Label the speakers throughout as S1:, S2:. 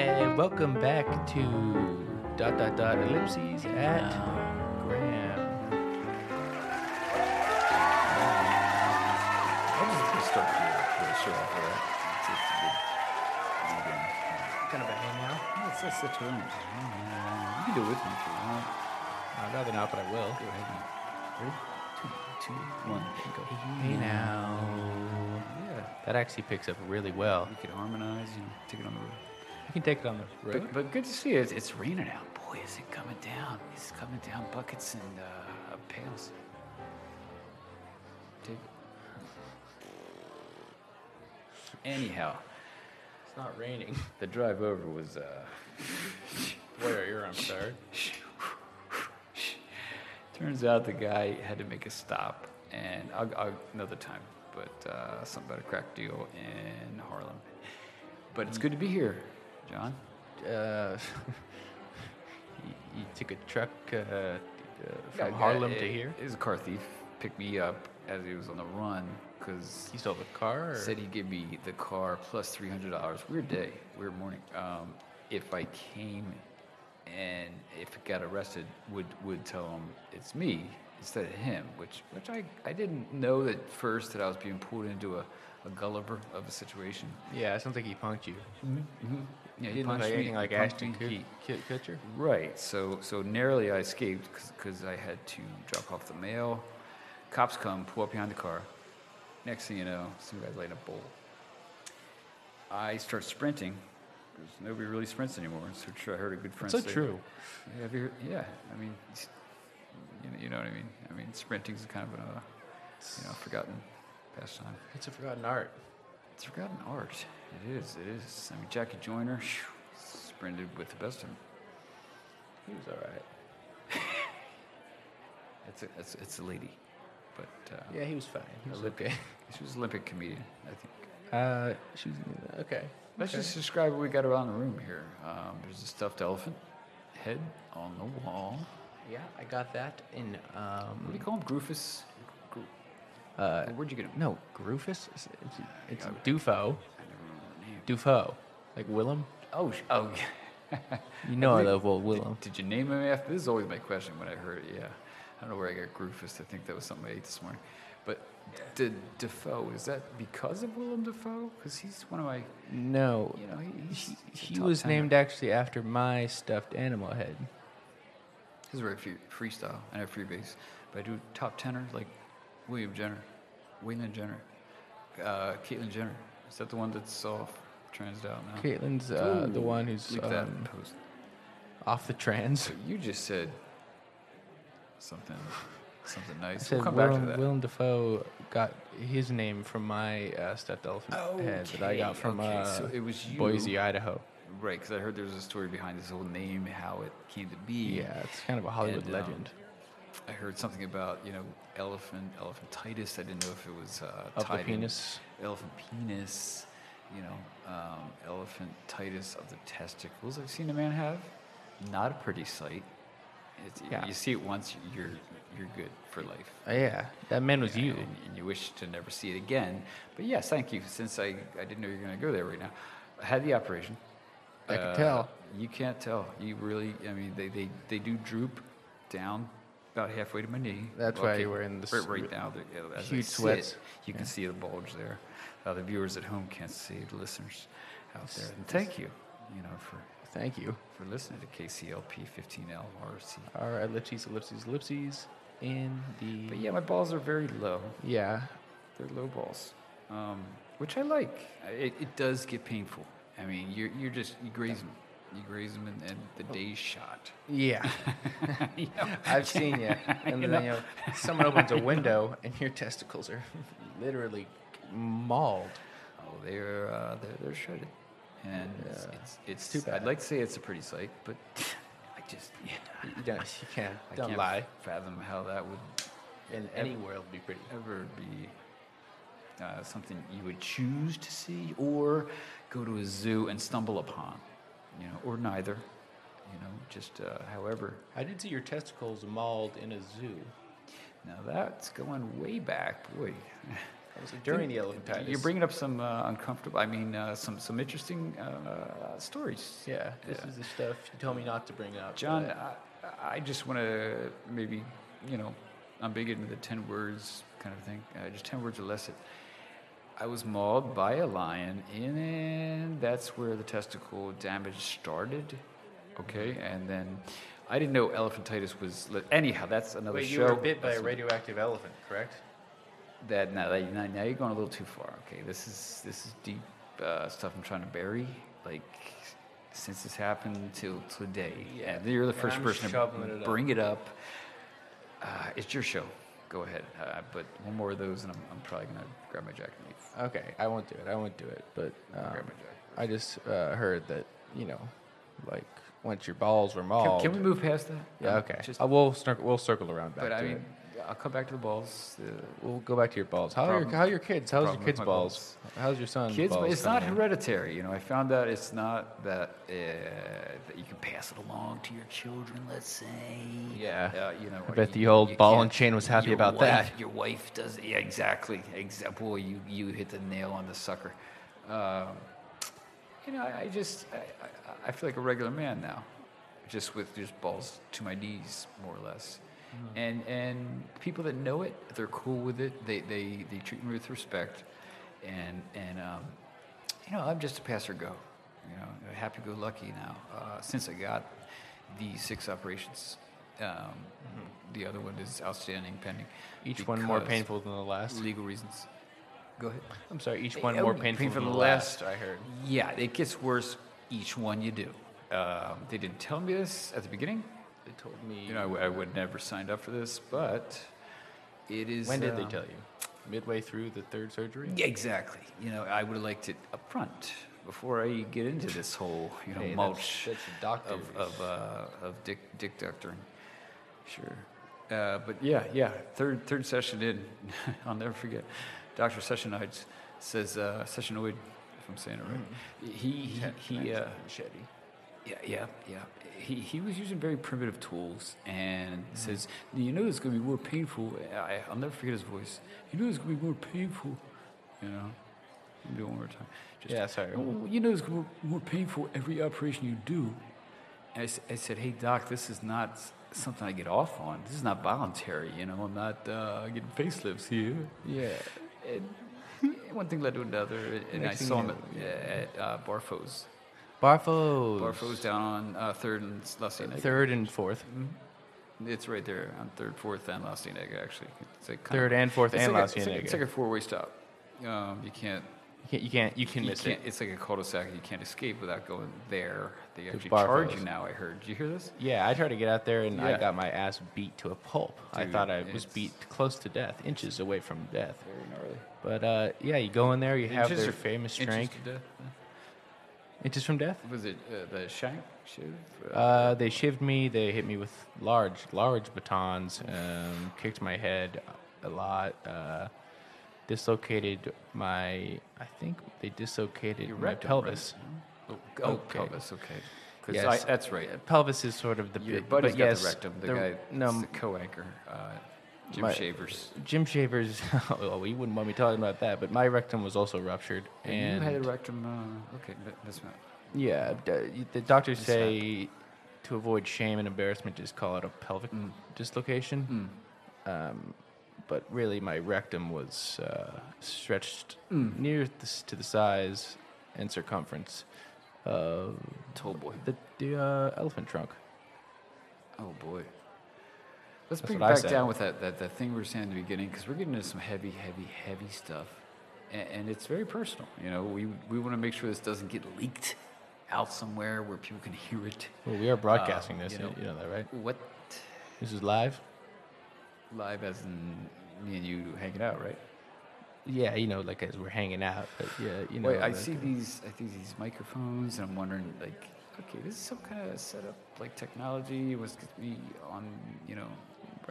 S1: Welcome back to dot dot dot ellipses at Graham. I'll just gonna start the, the show off with that. It's just a good- Kind of a hangout.
S2: Oh, It's just the tunes.
S1: You can do it with me if you want. I'd rather Uh, not, but I will.
S2: Go ahead. and- Ready? Two, two, one. Go.
S1: Hey now. Yeah, that actually picks up really well.
S2: We could harmonize and take it on the road.
S1: You can take it on the road.
S2: But, but good to see you. It's, it's raining out. Boy, is it coming down. It's coming down buckets and uh, pails. Take- Anyhow,
S1: It's not raining.
S2: the drive over was. Uh,
S1: Where are your arms, sir?
S2: Turns out the guy had to make a stop, and I'll, I'll another time. But uh, something about a crack deal in Harlem. But it's good to be here, John.
S1: Uh, you, you took a truck uh, uh, from
S2: Yeah,
S1: Harlem
S2: yeah,
S1: to
S2: it-
S1: here.
S2: It was a car thief. Picked me up as he was on the run because
S1: You stole the car. Or?
S2: said he'd give me the car plus three hundred dollars. Weird day, weird morning. Um, if I came and if it got arrested, would would tell him it's me instead of him, which which I I didn't know at first that I was being pulled into a, a Gulliver of a situation.
S1: yeah, it sounds like he punked you.
S2: Yeah,
S1: He didn't look
S2: punched
S1: like
S2: me-
S1: anything like
S2: punched
S1: Ashton
S2: me.
S1: Kut-
S2: He-
S1: Kut- Kutcher.
S2: Right. So so narrowly I escaped because I had to drop off the mail. Cops come, pull up behind the car. Next thing you know, some guy's laying a bowl. I start sprinting because nobody really sprints anymore. So tr- I heard a good friend
S1: so
S2: say.
S1: true.
S2: Yeah, have you heard- yeah, I mean, it's- you know, you know what I mean. I mean, sprinting's kind of a you know forgotten pastime.
S1: It's a forgotten art.
S2: It's forgotten art. It is. It is. I mean, Jackie Joyner phew, sprinted with the best of 'em.
S1: He was all right.
S2: It's a, it's, it's a lady, but uh,
S1: Yeah, he was fine. He was okay.
S2: she was an Olympic comedian, I think.
S1: Uh, she was okay.
S2: Let's
S1: okay.
S2: just describe what we got around the room here. Um, there's a stuffed elephant head on the wall.
S1: Yeah, I got that in.
S2: What do
S1: Um,
S2: you call him? Groofus? Gro-
S1: uh,
S2: Where'd you get him?
S1: no, Groofus. It's, it's, it's
S2: got it.
S1: Dufo.
S2: I never remember the name.
S1: Dufo, like Willem.
S2: Oh, sh- oh, yeah.
S1: You know I
S2: believe-
S1: love old Willem.
S2: Did you name him after? This is always my question when I heard it. Yeah, I don't know where I got Groofus. I think that was something I ate this morning. But did Defoe? Is that because of Willem Defoe? Because he's one of my.
S1: No,
S2: You know, he- he's, he's a
S1: he
S2: top
S1: was
S2: tenor.
S1: named actually after my stuffed animal head.
S2: This is very free, freestyle. I have free bass, but I do top tenor like William Jenner, Waylon Jenner, uh, Caitlyn Jenner. Is that the one that's off trans out now?
S1: Caitlin's uh, the
S2: Ooh,
S1: one who's
S2: Leave that
S1: um,
S2: post.
S1: off the trans.
S2: So you just said something, something nice.
S1: Said
S2: we'll come back
S1: Willem,
S2: to that.
S1: Willem Dafoe got his name from my uh, stuffed elephant head that I got
S2: Okay,
S1: from
S2: okay,
S1: uh,
S2: so it was you.
S1: Boise, Idaho.
S2: Right, because I heard there was a story behind this whole name, how it came to be.
S1: Yeah, it's kind of a Hollywood
S2: And, um,
S1: legend.
S2: I heard something about you know elephant, elephantitis. I didn't know if it was uh,
S1: Of the
S2: tied in-
S1: penis.
S2: elephant penis, you know, um, elephantitis of the testicles. I've seen a man have. Not a pretty sight. It's,
S1: Yeah.
S2: You see it once, you're you're good for life.
S1: Uh, yeah, that man was you.
S2: And, and you wish to never see it again. But yes, thank you. Since I, I didn't know you were going to go there right now, I had the operation. Uh,
S1: I could tell.
S2: You can't tell. You really, I mean, they, they, they do droop down about halfway to my knee.
S1: That's why
S2: Okay,
S1: you were in this
S2: Right, right now, the- yeah, as I
S1: huge
S2: sit,
S1: sweats.
S2: you can see the bulge there. Uh, the viewers at home can't see the listeners out there. And thank you, you know, for,
S1: Thank you.
S2: for listening to KCLP 15LRC.
S1: Our ellipses, ellipses, ellipses in the.
S2: But yeah, my balls are very low.
S1: Yeah,
S2: They're low balls, um, which I like. I- It, it does get painful. I mean, you're, you're just, you graze them. You graze them and, and the day's shot.
S1: yeah.
S2: You know?
S1: I've seen you. And then you know, someone opens a window and your testicles are literally mauled.
S2: Oh, they're, uh, they're, they're shredded. And it's,
S1: Yeah.
S2: it's, it's,
S1: too bad.
S2: I'd like to say it's a pretty sight, but I just, yeah.
S1: You don't, you can't.
S2: I
S1: Don't
S2: can't
S1: lie.
S2: fathom how that would
S1: In any world, be pretty.
S2: ever be uh, something you would choose to see or go to a zoo and stumble upon, you know, or neither, you know, just uh, however.
S1: I did see your testicles mauled in a zoo.
S2: Now that's going way back, boy.
S1: That was during the elephantitis.
S2: You're bringing up some uh, uncomfortable. I mean, uh, some some interesting uh, stories.
S1: Yeah, this is the stuff you told me not to bring up.
S2: John,
S1: but-
S2: I, I just want to maybe, you know, I'm big into the 10 words kind of thing, uh, just 10 words or less. I was mauled by a lion, and that's where the testicle damage started. Okay, and then I didn't know elephantitis was. Li- Anyhow, that's another
S1: Wait,
S2: show.
S1: you were bit by
S2: That's
S1: a radioactive elephant, correct?
S2: that now, that- now, now you're going a little too far. Okay, this is this is deep uh, stuff I'm trying to bury. Like since this happened till today,
S1: Yeah,
S2: and you're the
S1: and
S2: 1st
S1: I'm
S2: person
S1: shoveling
S2: to
S1: it up.
S2: bring it up. Uh, it's your show. Go ahead. Uh, but one more of those, and I'm, I'm probably gonna grab my jacket and leave.
S1: Okay, I won't do it. I won't do it. But um,
S2: grab my jacket.
S1: I just uh, heard that you know, like once your balls were mauled.
S2: Can, can we move past that?
S1: oh, Yeah.
S2: Um,
S1: Okay.
S2: Just,
S1: Uh, we'll circle. We'll circle around back.
S2: but
S1: to
S2: I mean,
S1: it.
S2: I'll come back to the balls. The,
S1: we'll go back to your balls. How are your,
S2: Problem-
S1: how are your kids? How's your
S2: problem with
S1: kids'
S2: my
S1: balls? How's your son's
S2: kids
S1: balls?
S2: it's not
S1: coming in?
S2: hereditary you know i found out it's not that uh, that you can pass it along to your children let's say
S1: Yeah.
S2: uh, you know
S1: I bet
S2: you-
S1: the old
S2: you
S1: ball
S2: can't-
S1: and chain was happy
S2: your
S1: about
S2: wife-
S1: that.
S2: your wife does yeah exactly exactly boy you you hit the nail on the sucker um, you know i, I just I, I, I feel like a regular man now just with just balls to my knees more or less
S1: Hmm.
S2: and and people that know it they're cool with it they they, they treat me with respect and and um, you know i'm just a passer go you know happy go lucky now uh, since i got the six operations um, the other one is outstanding pending
S1: Hmm. Each one more
S2: because
S1: painful than the last.
S2: legal reasons go ahead
S1: I'm sorry. Each
S2: Eh,
S1: one
S2: oh,
S1: more painful,
S2: painful
S1: than
S2: than
S1: the
S2: the
S1: last.
S2: last.
S1: I heard.
S2: yeah, it gets worse each one you do. Um, they didn't tell me this at the beginning.
S1: They told me.
S2: You know, I w- I, would never signed up for this, but it is.
S1: when did they
S2: um,
S1: tell you? Midway through the third surgery.
S2: Yeah, exactly. You know, I would have liked it up front before I get into this whole, you know,
S1: Hey, that's-
S2: mulch
S1: that's the doctor's.
S2: of of, uh, of dick dick doctoring. Sure. Uh, but yeah, yeah. Third third session in, I'll never forget. Doctor Sessionoids says uh, Sessionoid, if I'm saying it right. He he, he uh,
S1: machete.
S2: yeah, yeah, yeah. He, he was using very primitive tools and
S1: Mm-hmm.
S2: says, You know, it's going to be more painful. I, I'll never forget his voice. You know, it's going to be more painful. You know, let me do it one more time. Just,
S1: Yeah, sorry.
S2: "Oh, you know, it's going to be more painful every operation you do. And I s- I, said, Hey, doc, this is not s- something I get off on. This is not voluntary. You know, I'm not uh, getting facelifts here.
S1: Yeah.
S2: And one thing led to another. And
S1: Next
S2: I
S1: thing
S2: saw
S1: you
S2: him at, at uh, Barfo's.
S1: Barfos.
S2: Barfo's down on uh, third and Lusty Neck.
S1: Third and fourth.
S2: It's right there on third, fourth, and Lusty Neck, actually. It's like kind
S1: Third
S2: of,
S1: and fourth
S2: it's
S1: and
S2: like
S1: last
S2: a, it's like,
S1: unit.
S2: it's like a four-way stop. Um, you can't.
S1: You can't. You can't. You can
S2: You
S1: miss
S2: can't
S1: it.
S2: It's like a cul-de-sac. You can't escape without going there. They actually
S1: bar
S2: charge
S1: photos.
S2: you now. I heard. Did you hear this?
S1: Yeah, I tried to get out there and I
S2: Yeah.
S1: got my ass beat to a pulp. I
S2: Dude,
S1: thought I was
S2: it's-
S1: beat close to death, inches away from death.
S2: Very gnarly.
S1: But uh, yeah, you go in there, you have
S2: Inches
S1: their
S2: or-
S1: famous
S2: inches
S1: drink.
S2: to death?
S1: Inches from death?
S2: Was it uh, the shank? Shiv?
S1: Uh, they shivved me. They hit me with large, large batons. Um, kicked my head a lot. Uh, dislocated my. I think they dislocated
S2: Your
S1: my
S2: rectum, right?
S1: pelvis.
S2: oh, oh,
S1: okay.
S2: pelvis. Okay. 'Cause
S1: Yes.
S2: I, that's right.
S1: Pelvis is sort of the
S2: Your
S1: big,
S2: buddy's
S1: but
S2: got
S1: yes,
S2: the rectum. The,
S1: the-
S2: guy,
S1: No,
S2: the co-anchor, uh, Jim
S1: my-
S2: Shavers.
S1: Jim Shavers. oh, you wouldn't want me talking about that, but my rectum was also ruptured, and
S2: you had a rectum. Uh, okay, th- that's not.
S1: yeah, d- the doctors
S2: It's
S1: say to avoid shame and embarrassment, just call it a pelvic
S2: Mm.
S1: dislocation. Um, but really, my rectum was uh, stretched
S2: Mm.
S1: near this, to the size and circumference of
S2: Toll boy.
S1: the, the uh, elephant trunk.
S2: Oh boy.
S1: That's
S2: Let's bring it
S1: what I
S2: back
S1: said.
S2: down with that, that that thing we were saying at the beginning because we're getting into some heavy, heavy, heavy stuff, and, and it's very personal. You know, we we want to make sure this doesn't get leaked out somewhere where people can hear it.
S1: Well, we are broadcasting
S2: Uh,
S1: this.
S2: you
S1: You know,
S2: know-
S1: that, right?
S2: What
S1: This is live.
S2: live as in me and you hanging out, right?
S1: Yeah, you know, like as we're hanging out. But yeah, you know.
S2: Wait, I
S1: like,
S2: see
S1: uh,
S2: these. I see these microphones, and I'm wondering, like, okay, this is some kind of setup, like technology. Was gets me on, you know,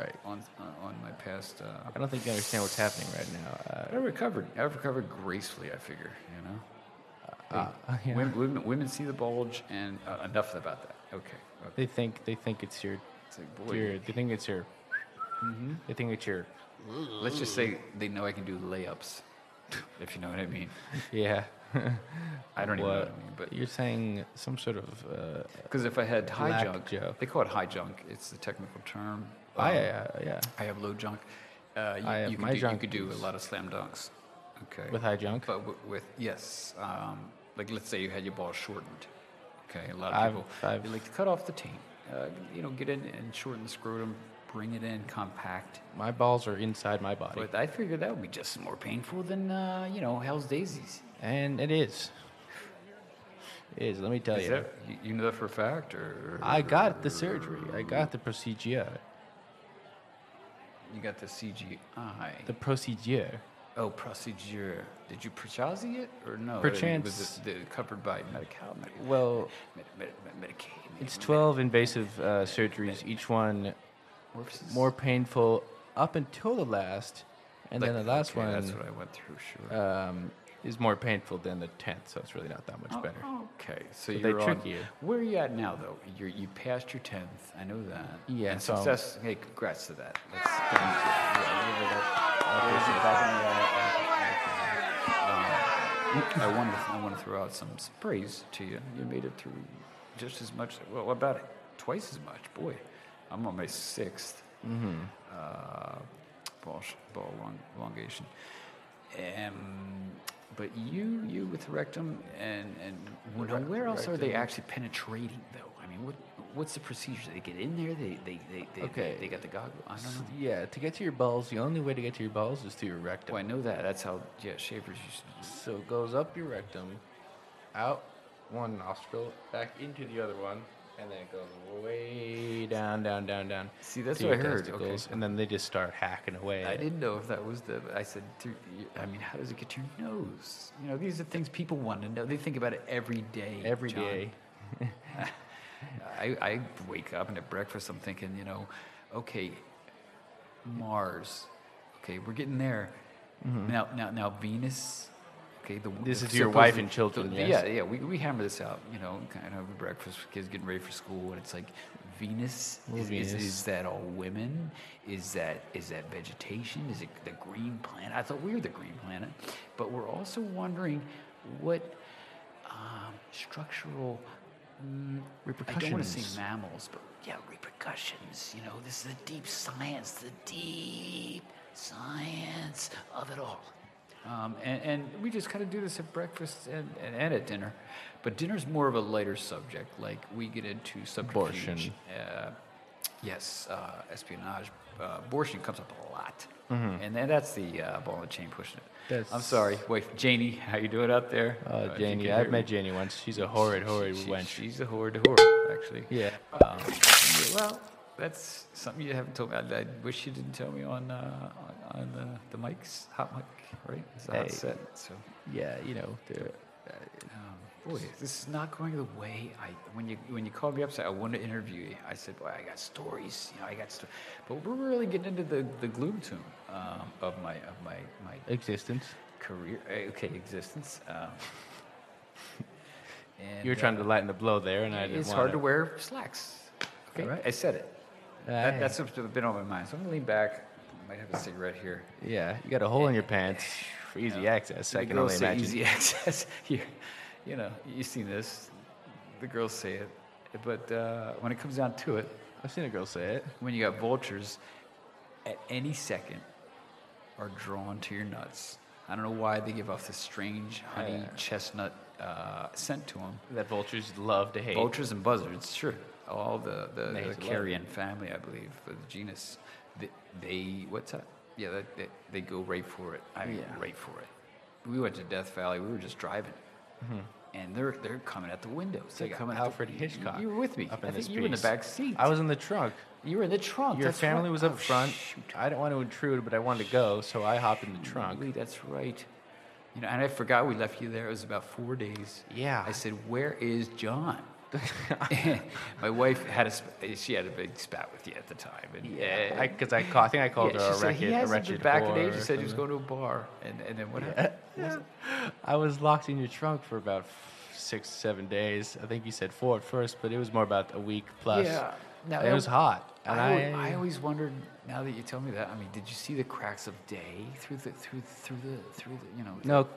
S1: Right.
S2: on uh, on my past. Uh,
S1: I don't think you understand what's happening right now. Uh,
S2: I recovered. I recovered gracefully. I figure, you know.
S1: Ah, yeah.
S2: women, women, women see the bulge, and uh, enough about that. Okay. okay.
S1: They think they think it's your,
S2: It's like, boy,
S1: your they Mm-hmm. think it's your, they think it's your.
S2: let's just say they know I can do layups. if you know what I mean.
S1: Yeah.
S2: I don't even know what
S1: What?
S2: I mean, but
S1: You're saying some sort of. Uh,
S2: because if I had high
S1: Black
S2: junk,
S1: joke.
S2: they call it high junk. It's the technical term.
S1: I,
S2: Um,
S1: uh, yeah.
S2: I have low junk. Uh, you,
S1: I have
S2: you could
S1: my
S2: do, you
S1: junk
S2: could do a
S1: is-
S2: lot of slam dunks. Okay.
S1: With high junk.
S2: but with, with yes, um, like let's say you had your ball shortened. Okay, a lot of
S1: I've-
S2: people
S1: I've-
S2: they like to cut off the taint. Uh, you know, get in and shorten the scrotum, bring it in compact.
S1: My balls are inside my body.
S2: But I figured that would be just more painful than uh, you know Hell's Daisies.
S1: And it is. It is, let me tell
S2: Is
S1: you.
S2: that- you- you know that for a fact, or
S1: I got the surgery. I got the procedure.
S2: you got the CGI?
S1: The procedure.
S2: Oh, procedure. Did you purchase it or no?
S1: Perchance.
S2: Was it the, covered by Medi-Cal? Medi-
S1: Well,
S2: Medi- Medi- Medi- Medicaid?
S1: it's 12 invasive uh, surgeries, each one
S2: Orifices?
S1: more painful up until the last. And then
S2: Like-
S1: the last
S2: okay, That's
S1: one
S2: what I went through, sure.
S1: um, is more painful than the 10th, so it's really not that much better.
S2: Oh, okay, so
S1: But they
S2: you're
S1: trick
S2: on,
S1: you.
S2: Where are you at now, though? You're, you passed your tenth. I know that.
S1: Yeah,
S2: And
S1: so-
S2: success. Hey, congrats to that. That's good. uh, Yeah, you were like- I want to. I want to throw out some some praise to you. You made it through just as much. Well, about it, twice as much. Boy, I'm on my 6th Uh, ball sh- ball long, elongation. Um, but you, you with rectum and and well, now where else are they actually penetrating though? I mean, what what's the procedure? They get in there. They they they they,
S1: Okay.
S2: they, they got the goggle. I don't know.
S1: Yeah, to get to your balls, the only way to get to your balls is through your rectum.
S2: Well, I know that. That's how yeah shavers used to. do
S1: So it goes up your rectum, out one nostril, back into the other one, and then it goes way down, down, down, down.
S2: See, that's
S1: to
S2: what
S1: your
S2: I heard,
S1: testicles,
S2: okay.
S1: And then they just start hacking away.
S2: I
S1: at it.
S2: didn't know if that was the. I said, through, you- I mean, how does it get to your nose? You know, these are things people want to know. They think about it every day.
S1: every
S2: John.
S1: day.
S2: I, I wake up and at breakfast I'm thinking, you know, okay, Mars, okay, we're getting there. Now, now, now Venus, okay. The,
S1: Mm-hmm. This
S2: the-
S1: is your wife
S2: supposedly-
S1: and children,
S2: the-
S1: yes?
S2: Yeah, yeah. We, we hammer this out, you know, kind of breakfast with kids getting ready for school, and it's like Venus.
S1: Well,
S2: Is, Is,
S1: Venus.
S2: is that all women? Is that is that vegetation? Is it the green planet? I thought we were the green planet, but we're also wondering what um, structural mm, I don't want to
S1: Repercussions.
S2: say mammals, but yeah, repercussions. You know, this is the deep science, the deep science of it all. Um, and, and we just kind of do this at breakfast and, and, and at dinner. But dinner's more of a lighter subject. Like, we get into subterfuge.
S1: Abortion.
S2: Uh, yes, uh, espionage. Uh, abortion comes up a lot. And then that's the uh, ball and chain pushing it. I'm
S1: Mm-hmm. That's-
S2: sorry. Wife Janie, how you doing out there?
S1: Uh,
S2: if you
S1: Janie,
S2: can
S1: I've
S2: hear
S1: met
S2: me.
S1: Janie once. She's a horrid, horrid
S2: She- she-
S1: wench.
S2: She's a horrid whore, actually.
S1: yeah.
S2: Um, well, that's something you haven't told me. I, I wish you didn't tell me on uh, on, on the, the mics, hot mic, right? It's a hot
S1: Hey.
S2: set. So,
S1: Yeah, you know, they're-
S2: um, boy, this is not going the way I. When you when you called me up, said I want to interview you. I said, boy, I got stories. You know, I got stuff. But we're really getting into the the gloom tomb um, of my of my my
S1: existence.
S2: career. eh, Okay, existence. Um, and,
S1: You were trying
S2: uh,
S1: to lighten the blow there, and I didn't
S2: It's
S1: want
S2: hard to wear slacks. Okay,
S1: All right.
S2: I said it.
S1: Ah,
S2: That, that's what's been on my mind. So I'm gonna lean back. I might have a cigarette here.
S1: Yeah, you got a hole in your pants for Eh, easy access. I
S2: The
S1: can only
S2: girls say
S1: imagine.
S2: Easy access. you, you know, you've seen this. The girls say it, but uh, when it comes down to it,
S1: I've seen a girl say it.
S2: when you got vultures, at any second, are drawn to your nuts. I don't know why they give off this strange honey chestnut uh, scent to them.
S1: That vultures love to hate.
S2: Vultures and buzzards, sure. All the, the,
S1: Nice
S2: the
S1: love.
S2: carrion family, I believe, for the genus, they, they what's that? Yeah, that, they, they go right for it. I mean,
S1: Yeah.
S2: right for it. We went to Death Valley. We were just driving,
S1: Mm-hmm.
S2: and they're they're coming out the windows. They're
S1: like
S2: coming
S1: Alfred
S2: out the,
S1: Hitchcock
S2: You were with me.
S1: up
S2: I
S1: in
S2: think
S1: this
S2: you were in the
S1: piece.
S2: back seat.
S1: I was in the trunk.
S2: you were in the trunk.
S1: Your
S2: that's
S1: family
S2: right.
S1: was up
S2: Oh,
S1: front.
S2: shoot.
S1: I didn't want to intrude, but I wanted to go, so I hopped in the trunk.
S2: Golly, that's right. You know, and I forgot we left you there. It was about four days.
S1: Yeah.
S2: I said, "Where is John?" My wife had a sp- she had a big spat with you at the time, and eh, and-
S1: because I, ca- I think I called
S2: yeah,
S1: her
S2: she
S1: a
S2: said
S1: wretched,
S2: he
S1: a
S2: hasn't
S1: wretched
S2: been back in
S1: whore
S2: age.
S1: or
S2: He said he was
S1: something.
S2: going to a bar, and, and then what happened?
S1: I was locked in your trunk for about f- six, seven days. I think you said four at first, but it was more about a week plus.
S2: Yeah, Now,
S1: it was hot. And
S2: I,
S1: I,
S2: al- I always wondered. Now that you tell me that, I mean, did you see the cracks of day through the through through the through the you know?
S1: no,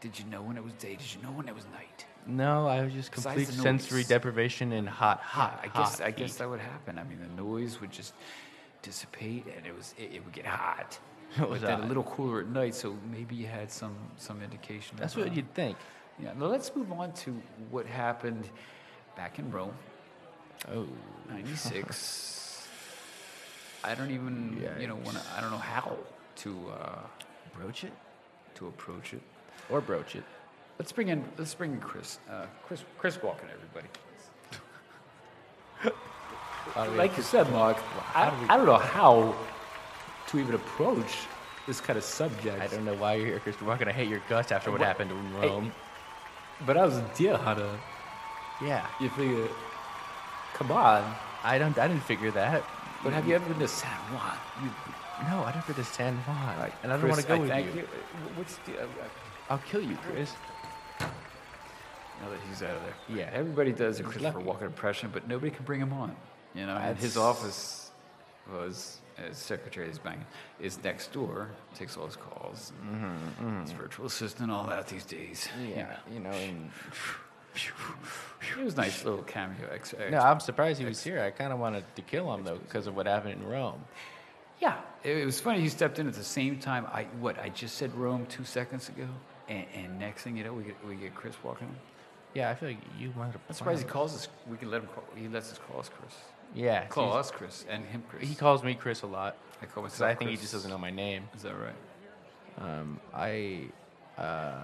S2: Did you know when it was day? Did you know when it was night?
S1: no, I was just
S2: Besides
S1: complete
S2: the noise.
S1: sensory deprivation in hot,
S2: Yeah,
S1: hot,
S2: I guess
S1: hot
S2: I guess
S1: heat.
S2: that would happen. I mean, the noise would just dissipate, and it was it, it would get hot.
S1: It was
S2: but then a
S1: hot.
S2: little cooler at night, so maybe you had some some indication.
S1: That's
S2: of,
S1: what
S2: uh,
S1: you'd think.
S2: Yeah. Now let's move on to what happened back in Rome,
S1: Oh,
S2: '96. I don't even you know wanna, I don't know how to uh,
S1: broach it
S2: to approach it.
S1: or broach it.
S2: Let's bring in let's bring in Chris uh, Chris Chris Walken, everybody. like you said, Mark, I, I don't know how to even approach this kind of subject.
S1: I don't know why you're here, Chris. We're not gonna hate your guts after what,
S2: What-
S1: happened in
S2: Hey.
S1: Rome.
S2: But I was a deer hunter.
S1: Yeah,
S2: You figure, come on.
S1: I don't. I didn't figure that.
S2: But have you ever been to San Juan? You,
S1: No, I don't go to San Juan, and I don't
S2: Chris,
S1: want to go with
S2: thank
S1: you.
S2: Wh- What's the, uh, uh,
S1: I'll kill you, Chris.
S2: now that he's out of there?
S1: Yeah.
S2: everybody does a Christopher
S1: lucky.
S2: Walken impression, but nobody can bring him on. You know, and his
S1: That's-
S2: office was his secretary is banging is next door, takes all his calls, and his virtual assistant, all that these days. you know.
S1: you know. And
S2: It was a nice little cameo. Ex- ex-
S1: no, I'm surprised he was here. I kind of wanted to kill him though, because of what happened in Rome.
S2: Yeah, it, it was funny. He stepped in at the same time. I what I just said Rome two seconds ago, and, and next thing you know, we get we get Chris walking. in.
S1: Yeah, I feel like you wanted to.
S2: I'm surprised he calls us. We can let him. Call, he lets us call us Chris.
S1: Yeah, it's
S2: Call
S1: easy-
S2: us Chris and him Chris.
S1: He calls me Chris a lot
S2: I call
S1: because
S2: myself.
S1: I think he
S2: Chris.
S1: just doesn't know my name.
S2: Is that right?
S1: Um, I uh,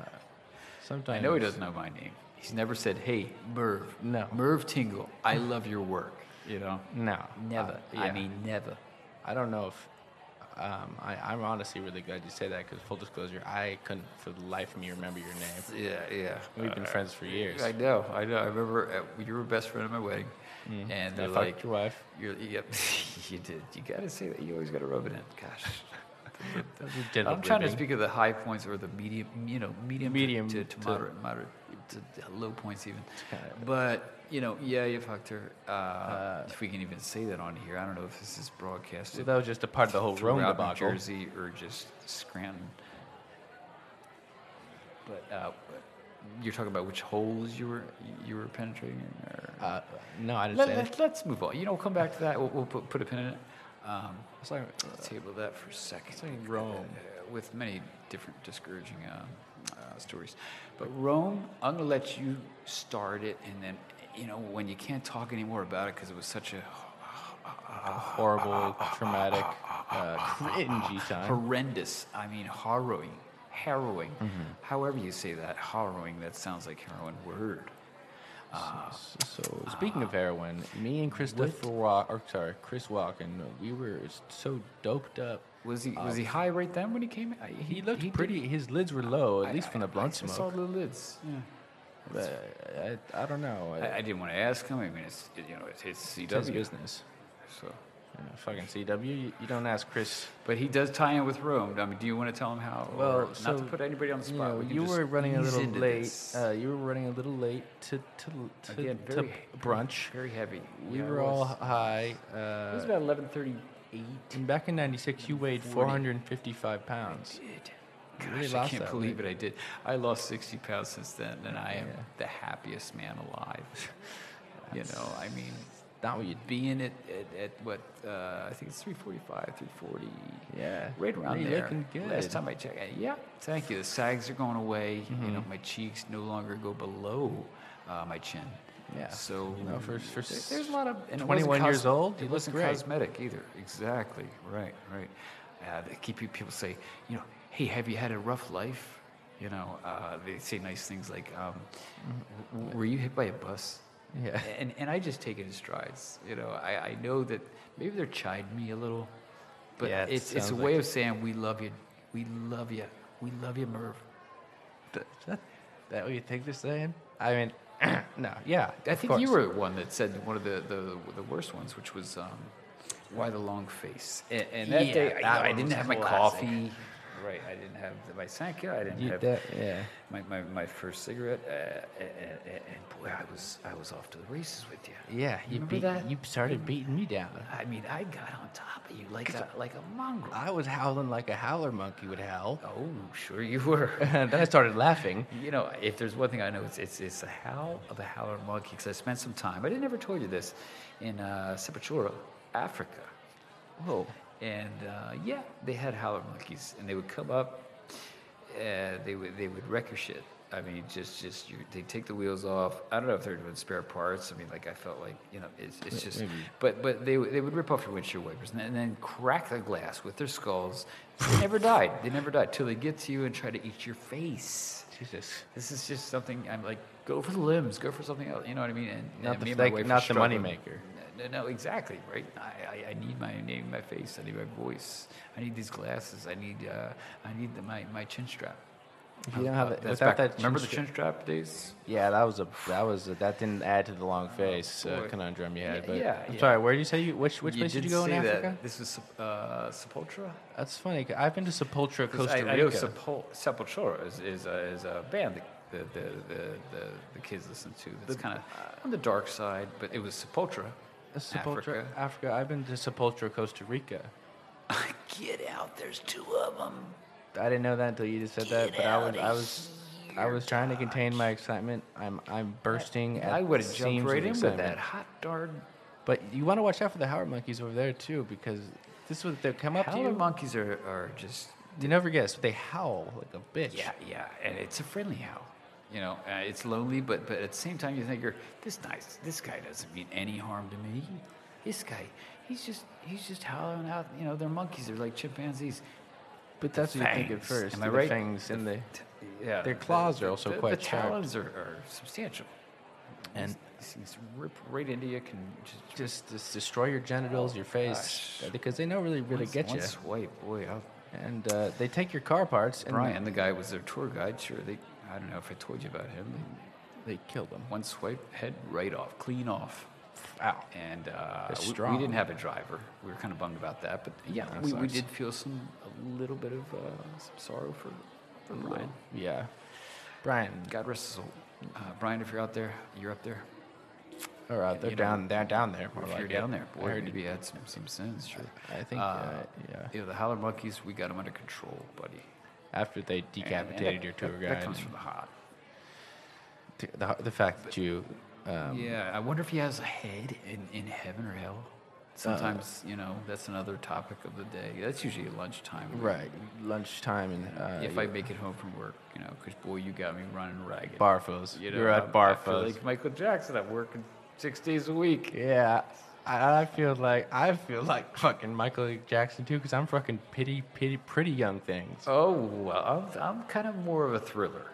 S1: sometimes
S2: I know he doesn't know my name. He's never said, "Hey, Merv."
S1: No.
S2: Merv Tingle. I love your work. You know.
S1: No,
S2: Never.
S1: Uh, yeah.
S2: I mean, never.
S1: I don't know if um, I, I'm honestly really glad you say that because full disclosure, I couldn't for the life of me remember your name.
S2: Yeah, yeah. Uh,
S1: We've been friends for years.
S2: I know, I know. I remember uh, you were best friend at my wedding, Mm-hmm. and
S1: I
S2: they're
S1: fucked
S2: like,
S1: your wife.
S2: You're, yep, you did. You gotta say that. You always gotta rub it in. Gosh.
S1: That's a gentle
S2: I'm trying to
S1: ribbing.
S2: speak of the high points or the medium, you know, medium, to-
S1: Medium
S2: to, to,
S1: to-
S2: moderate, moderate to to low points even.
S1: kinda-
S2: But you know, yeah, you fucked her. Uh, if we can even say that on here, I don't know if this is
S1: So
S2: broadcasted
S1: that was just a part of the whole Rome
S2: throughout
S1: debacle.
S2: New Jersey or just Scranton. But uh, you're talking about which holes you were you were penetrating, or
S1: Uh, no, I didn't
S2: let,
S1: say anything.
S2: us move on. You know, we'll come back to that. We'll, we'll put, put a pin in it. Um,
S1: It's like,
S2: let's table that for a second.
S1: Say Rome.
S2: Uh, with many different discouraging um, uh, stories. But Rome, I'm going to let you start it. And then, you know, when you can't talk anymore about it because it was such a
S1: horrible, traumatic, uh, cringy time.
S2: horrendous, I mean, harrowing, harrowing,
S1: Mm-hmm.
S2: however you say that, harrowing, that sounds like heroin word.
S1: So, speaking of heroin, me and Christopher Walk, or sorry, Chris Walken, we were so doped up.
S2: Was he, was he high right then when he came? I-
S1: Uh, He looked
S2: did-
S1: pretty. His lids were low, at
S2: I-
S1: least from the
S2: I-
S1: blunt
S2: I
S1: smoke.
S2: saw the lids, yeah.
S1: But uh, I, I don't know.
S2: I, I didn't want to ask him. I mean, it's it- you know, it's, it's
S1: It does
S2: CW.
S1: business.
S2: So,
S1: You know, fucking CW, you, you don't ask Chris.
S2: but he does tie in with Rome. I mean, do you want to tell him how? or
S1: Well,
S2: not
S1: so,
S2: to put anybody on the
S1: You,
S2: spot.
S1: know,
S2: we can
S1: you
S2: just
S1: were running a
S2: ease
S1: little
S2: into
S1: late.
S2: this.
S1: Uh, you were running a little late to to to,
S2: Again,
S1: to
S2: very-
S1: brunch.
S2: very heavy.
S1: We
S2: Yeah, it
S1: were all
S2: was. uh,
S1: high.
S2: It was
S1: Uh,
S2: about eleven thirty-eight.
S1: and back in '96, you weighed
S2: 40.
S1: 455 pounds.
S2: did.
S1: You
S2: Gosh,
S1: really
S2: I
S1: lost
S2: can't
S1: that
S2: believe it. I did. I lost 60 pounds since then, and I am
S1: Yeah.
S2: the happiest man alive. you know, I mean,
S1: Not what you.
S2: being at, at, at what, uh, I think it's 345, 340.
S1: Yeah.
S2: Right around
S1: You're
S2: there.
S1: Looking good.
S2: Last time I checked, I- yeah, thank you. The sags are going away. You
S1: Mm-hmm.
S2: know, my cheeks no longer go below uh, my chin.
S1: Yeah.
S2: So
S1: You know, for- for
S2: there- there's a lot of and it wasn't
S1: 21 years
S2: cos-
S1: old, you
S2: It
S1: look
S2: wasn't
S1: great.
S2: cosmetic either. Exactly. Right. Right. Uh, they keep you- people say, you know, hey, have you had a rough life? You know, uh, they say nice things like, um,
S1: Mm-hmm.
S2: "W- w- were you hit by a bus?
S1: Yeah.
S2: And and I just take it in strides. You know, I, I know that maybe they're chiding me a little, but
S1: Yeah, it
S2: it's it's a
S1: sounds
S2: way of saying we love you, we love you, we love you, Merv.
S1: Is that, that what you think they're saying? I mean, no. Yeah.
S2: I
S1: of
S2: think you
S1: course.
S2: were one that said one of the, the, the worst ones, which was um, why the long face. And, and that
S1: Yeah,
S2: day, I,
S1: that
S2: I
S1: one
S2: didn't
S1: was
S2: have my
S1: classic.
S2: coffee, right. I didn't have the, my Sanka. I didn't
S1: You-
S2: have
S1: that- yeah.
S2: my, my, my first cigarette. Uh, and, and, and boy, I was I was off to the races with you.
S1: Yeah, you
S2: Remember
S1: beat,
S2: that?
S1: you started beating me down.
S2: I mean, I got on top of you like a, like a mongrel.
S1: I was howling like a howler monkey would howl.
S2: oh, sure you were.
S1: then I started laughing.
S2: You know, if there's one thing I know, it's it's, it's the howl of the howler monkey. Because I spent some time. I didn't ever told you this in uh, Sepultura, Africa,
S1: Whoa.
S2: and uh, yeah, they had howler monkeys, and they would come up. Uh, they would they would wreck your shit. I mean, just just you, they take the wheels off. I don't know if they're doing spare parts. I mean, like I felt like you know, it's it's just. But but they would- they would rip off your windshield wipers and then, and then crack the glass with their skulls. They never died. They never died till they get to you and try to eat your face.
S1: Jesus.
S2: This is just something I'm like, go for the limbs, go for something else. You know what I mean? And,
S1: Not
S2: and
S1: the
S2: me and
S1: fake-
S2: wife are
S1: not the
S2: struggling.
S1: moneymaker.
S2: No, no, exactly right. I, I, I need my name, my face. I need my voice. I need these glasses. I need uh, I need the, my my chin strap. Um, uh,
S1: If you don't have it,
S2: That's
S1: without
S2: back-
S1: that,
S2: remember
S1: chin
S2: the chin strap days?
S1: strap- Yeah, that was a that was a, that didn't add to the long face uh,
S2: boy.
S1: conundrum you had.
S2: Yeah,
S1: but
S2: yeah,
S1: I'm
S2: yeah.
S1: sorry. Where did you say you which which place did you go in
S2: say that.
S1: Africa?
S2: This was uh, Sepultura.
S1: That's funny. 'cause I've been to Sepultura,
S2: 'Cause
S1: Costa
S2: I, I know
S1: Rica.
S2: Sepul- Sepultura is is a, is a band that the the, the, the the kids listen to. That's kind of on the dark side, but it was Sepultura.
S1: Sepultura,
S2: Africa.
S1: Africa. I've been to Sepultura, Costa Rica.
S2: Get out! There's two of them.
S1: I didn't know that until you just said that. But I was I was I was trying to contain my excitement. I'm I'm bursting. at
S2: I would
S1: the
S2: have
S1: seams
S2: jumped right
S1: with
S2: in with
S1: excitement.
S2: that hot darn.
S1: But you want to watch out for the howler monkeys over there too, because this was they come up to
S2: Howler
S1: you.
S2: monkeys are, are just
S1: you never guess. They howl like a bitch.
S2: yeah yeah, and it's a friendly howl. You know, uh, it's lonely, but but at the same time, you think you're this nice. This guy doesn't mean any harm to me. This guy, he's just he's just howling out. You know, they're monkeys. They're like chimpanzees.
S1: but that's what you think at
S2: fangs.
S1: first.
S2: Am I
S1: the
S2: right?
S1: Fangs and the
S2: T- Yeah,
S1: Their
S2: the-
S1: claws are
S2: the-
S1: also
S2: the-
S1: quite
S2: The
S1: sharp.
S2: talons are, are substantial,
S1: And-
S2: these, these things rip right into you. Can just
S1: just, just destroy your genitals, your face,
S2: Oh, gosh.
S1: because they don't really really
S2: once-
S1: get
S2: one
S1: you.
S2: swipe, boy, I'll
S1: And uh, they take your car parts and
S2: Brian, the guy was their tour guide. Sure, they. I don't know if I told you about him.
S1: they kill them.
S2: One swipe, head right off, clean off.
S1: Ow.
S2: And uh,
S1: They're
S2: we- we,
S1: strong.
S2: didn't have a driver. We were kind of bummed about that, but yeah,
S1: That
S2: we, we
S1: sucks.
S2: did feel some a little bit of uh, some sorrow for for Brian.
S1: Yeah. Brian,
S2: God rest his soul. Uh, Brian, if you're out there, you're up there.
S1: or uh, they're
S2: you know,
S1: down, they're down there. more
S2: If you're
S1: like it.
S2: down there,
S1: I
S2: boy,
S1: heard
S2: maybe you had some some sins. Sure.
S1: it. I think, uh,
S2: Uh,
S1: yeah.
S2: You know, the howler monkeys, we got them under control, buddy.
S1: After they
S2: And- and
S1: decapitated
S2: that-
S1: your tour
S2: that-
S1: guide,
S2: That comes from the heart.
S1: t- the, the fact that you, um,
S2: yeah, I wonder if he has a head in, in heaven or hell. Sometimes, you know, that's another topic of the day. That's usually at lunchtime. We-
S1: right, lunchtime and uh,
S2: If
S1: you-
S2: I make it home from work, you know, because boy, you got me running ragged.
S1: Barfos.
S2: you
S1: You
S2: know,
S1: are
S2: I'm-
S1: at
S2: I
S1: Barfos.
S2: feel like Michael Jackson. I'm working six days a week.
S1: yeah, I, I feel like I feel like fucking Michael Jackson too, because I'm fucking pity, pity, pretty young things.
S2: Oh, well, I'm, I'm kind of more of a thriller.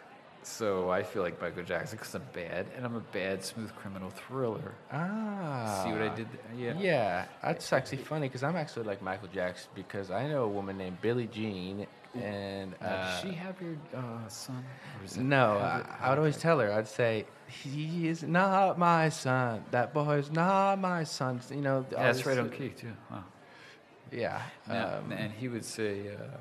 S2: So I feel like Michael Jackson because I'm bad, and I'm a bad, smooth criminal thriller.
S1: Ah,
S2: See what I did there? Yeah.
S1: Yeah. that's actually funny because I'm actually like Michael Jackson because I know a woman named Billie Jean, and
S2: Now,
S1: uh,
S2: does she have your uh, son? Or is it-
S1: no, I,
S2: how did-
S1: I
S2: how
S1: would
S2: did
S1: always
S2: that-
S1: tell her I'd say he is not my son. That boy is not my son. You know, all
S2: Yeah, that's
S1: this-
S2: right on key too. Wow.
S1: Yeah,
S2: Now-
S1: um,
S2: and he would say, uh,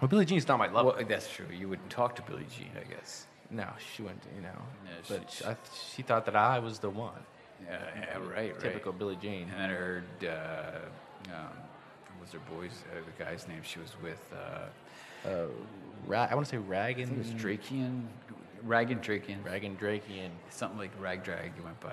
S1: well, Billie Jean's not my lover.
S2: "Well, that's true. You wouldn't talk to Billie Jean, I guess."
S1: No, she went, you know.
S2: Yeah,
S1: but
S2: she-
S1: she, I, she thought that I was the one.
S2: Yeah, yeah right, right.
S1: Typical Billie Jean.
S2: And then I heard, uh, um, what was her boy's, uh, the guy's name she was with? Uh,
S1: Uh, Ra- I want to say
S2: I
S1: Ragan.
S2: think it was Drakian, Ragan Drakian,
S1: Ragan Drakian.
S2: something like Rag Drag. You went by,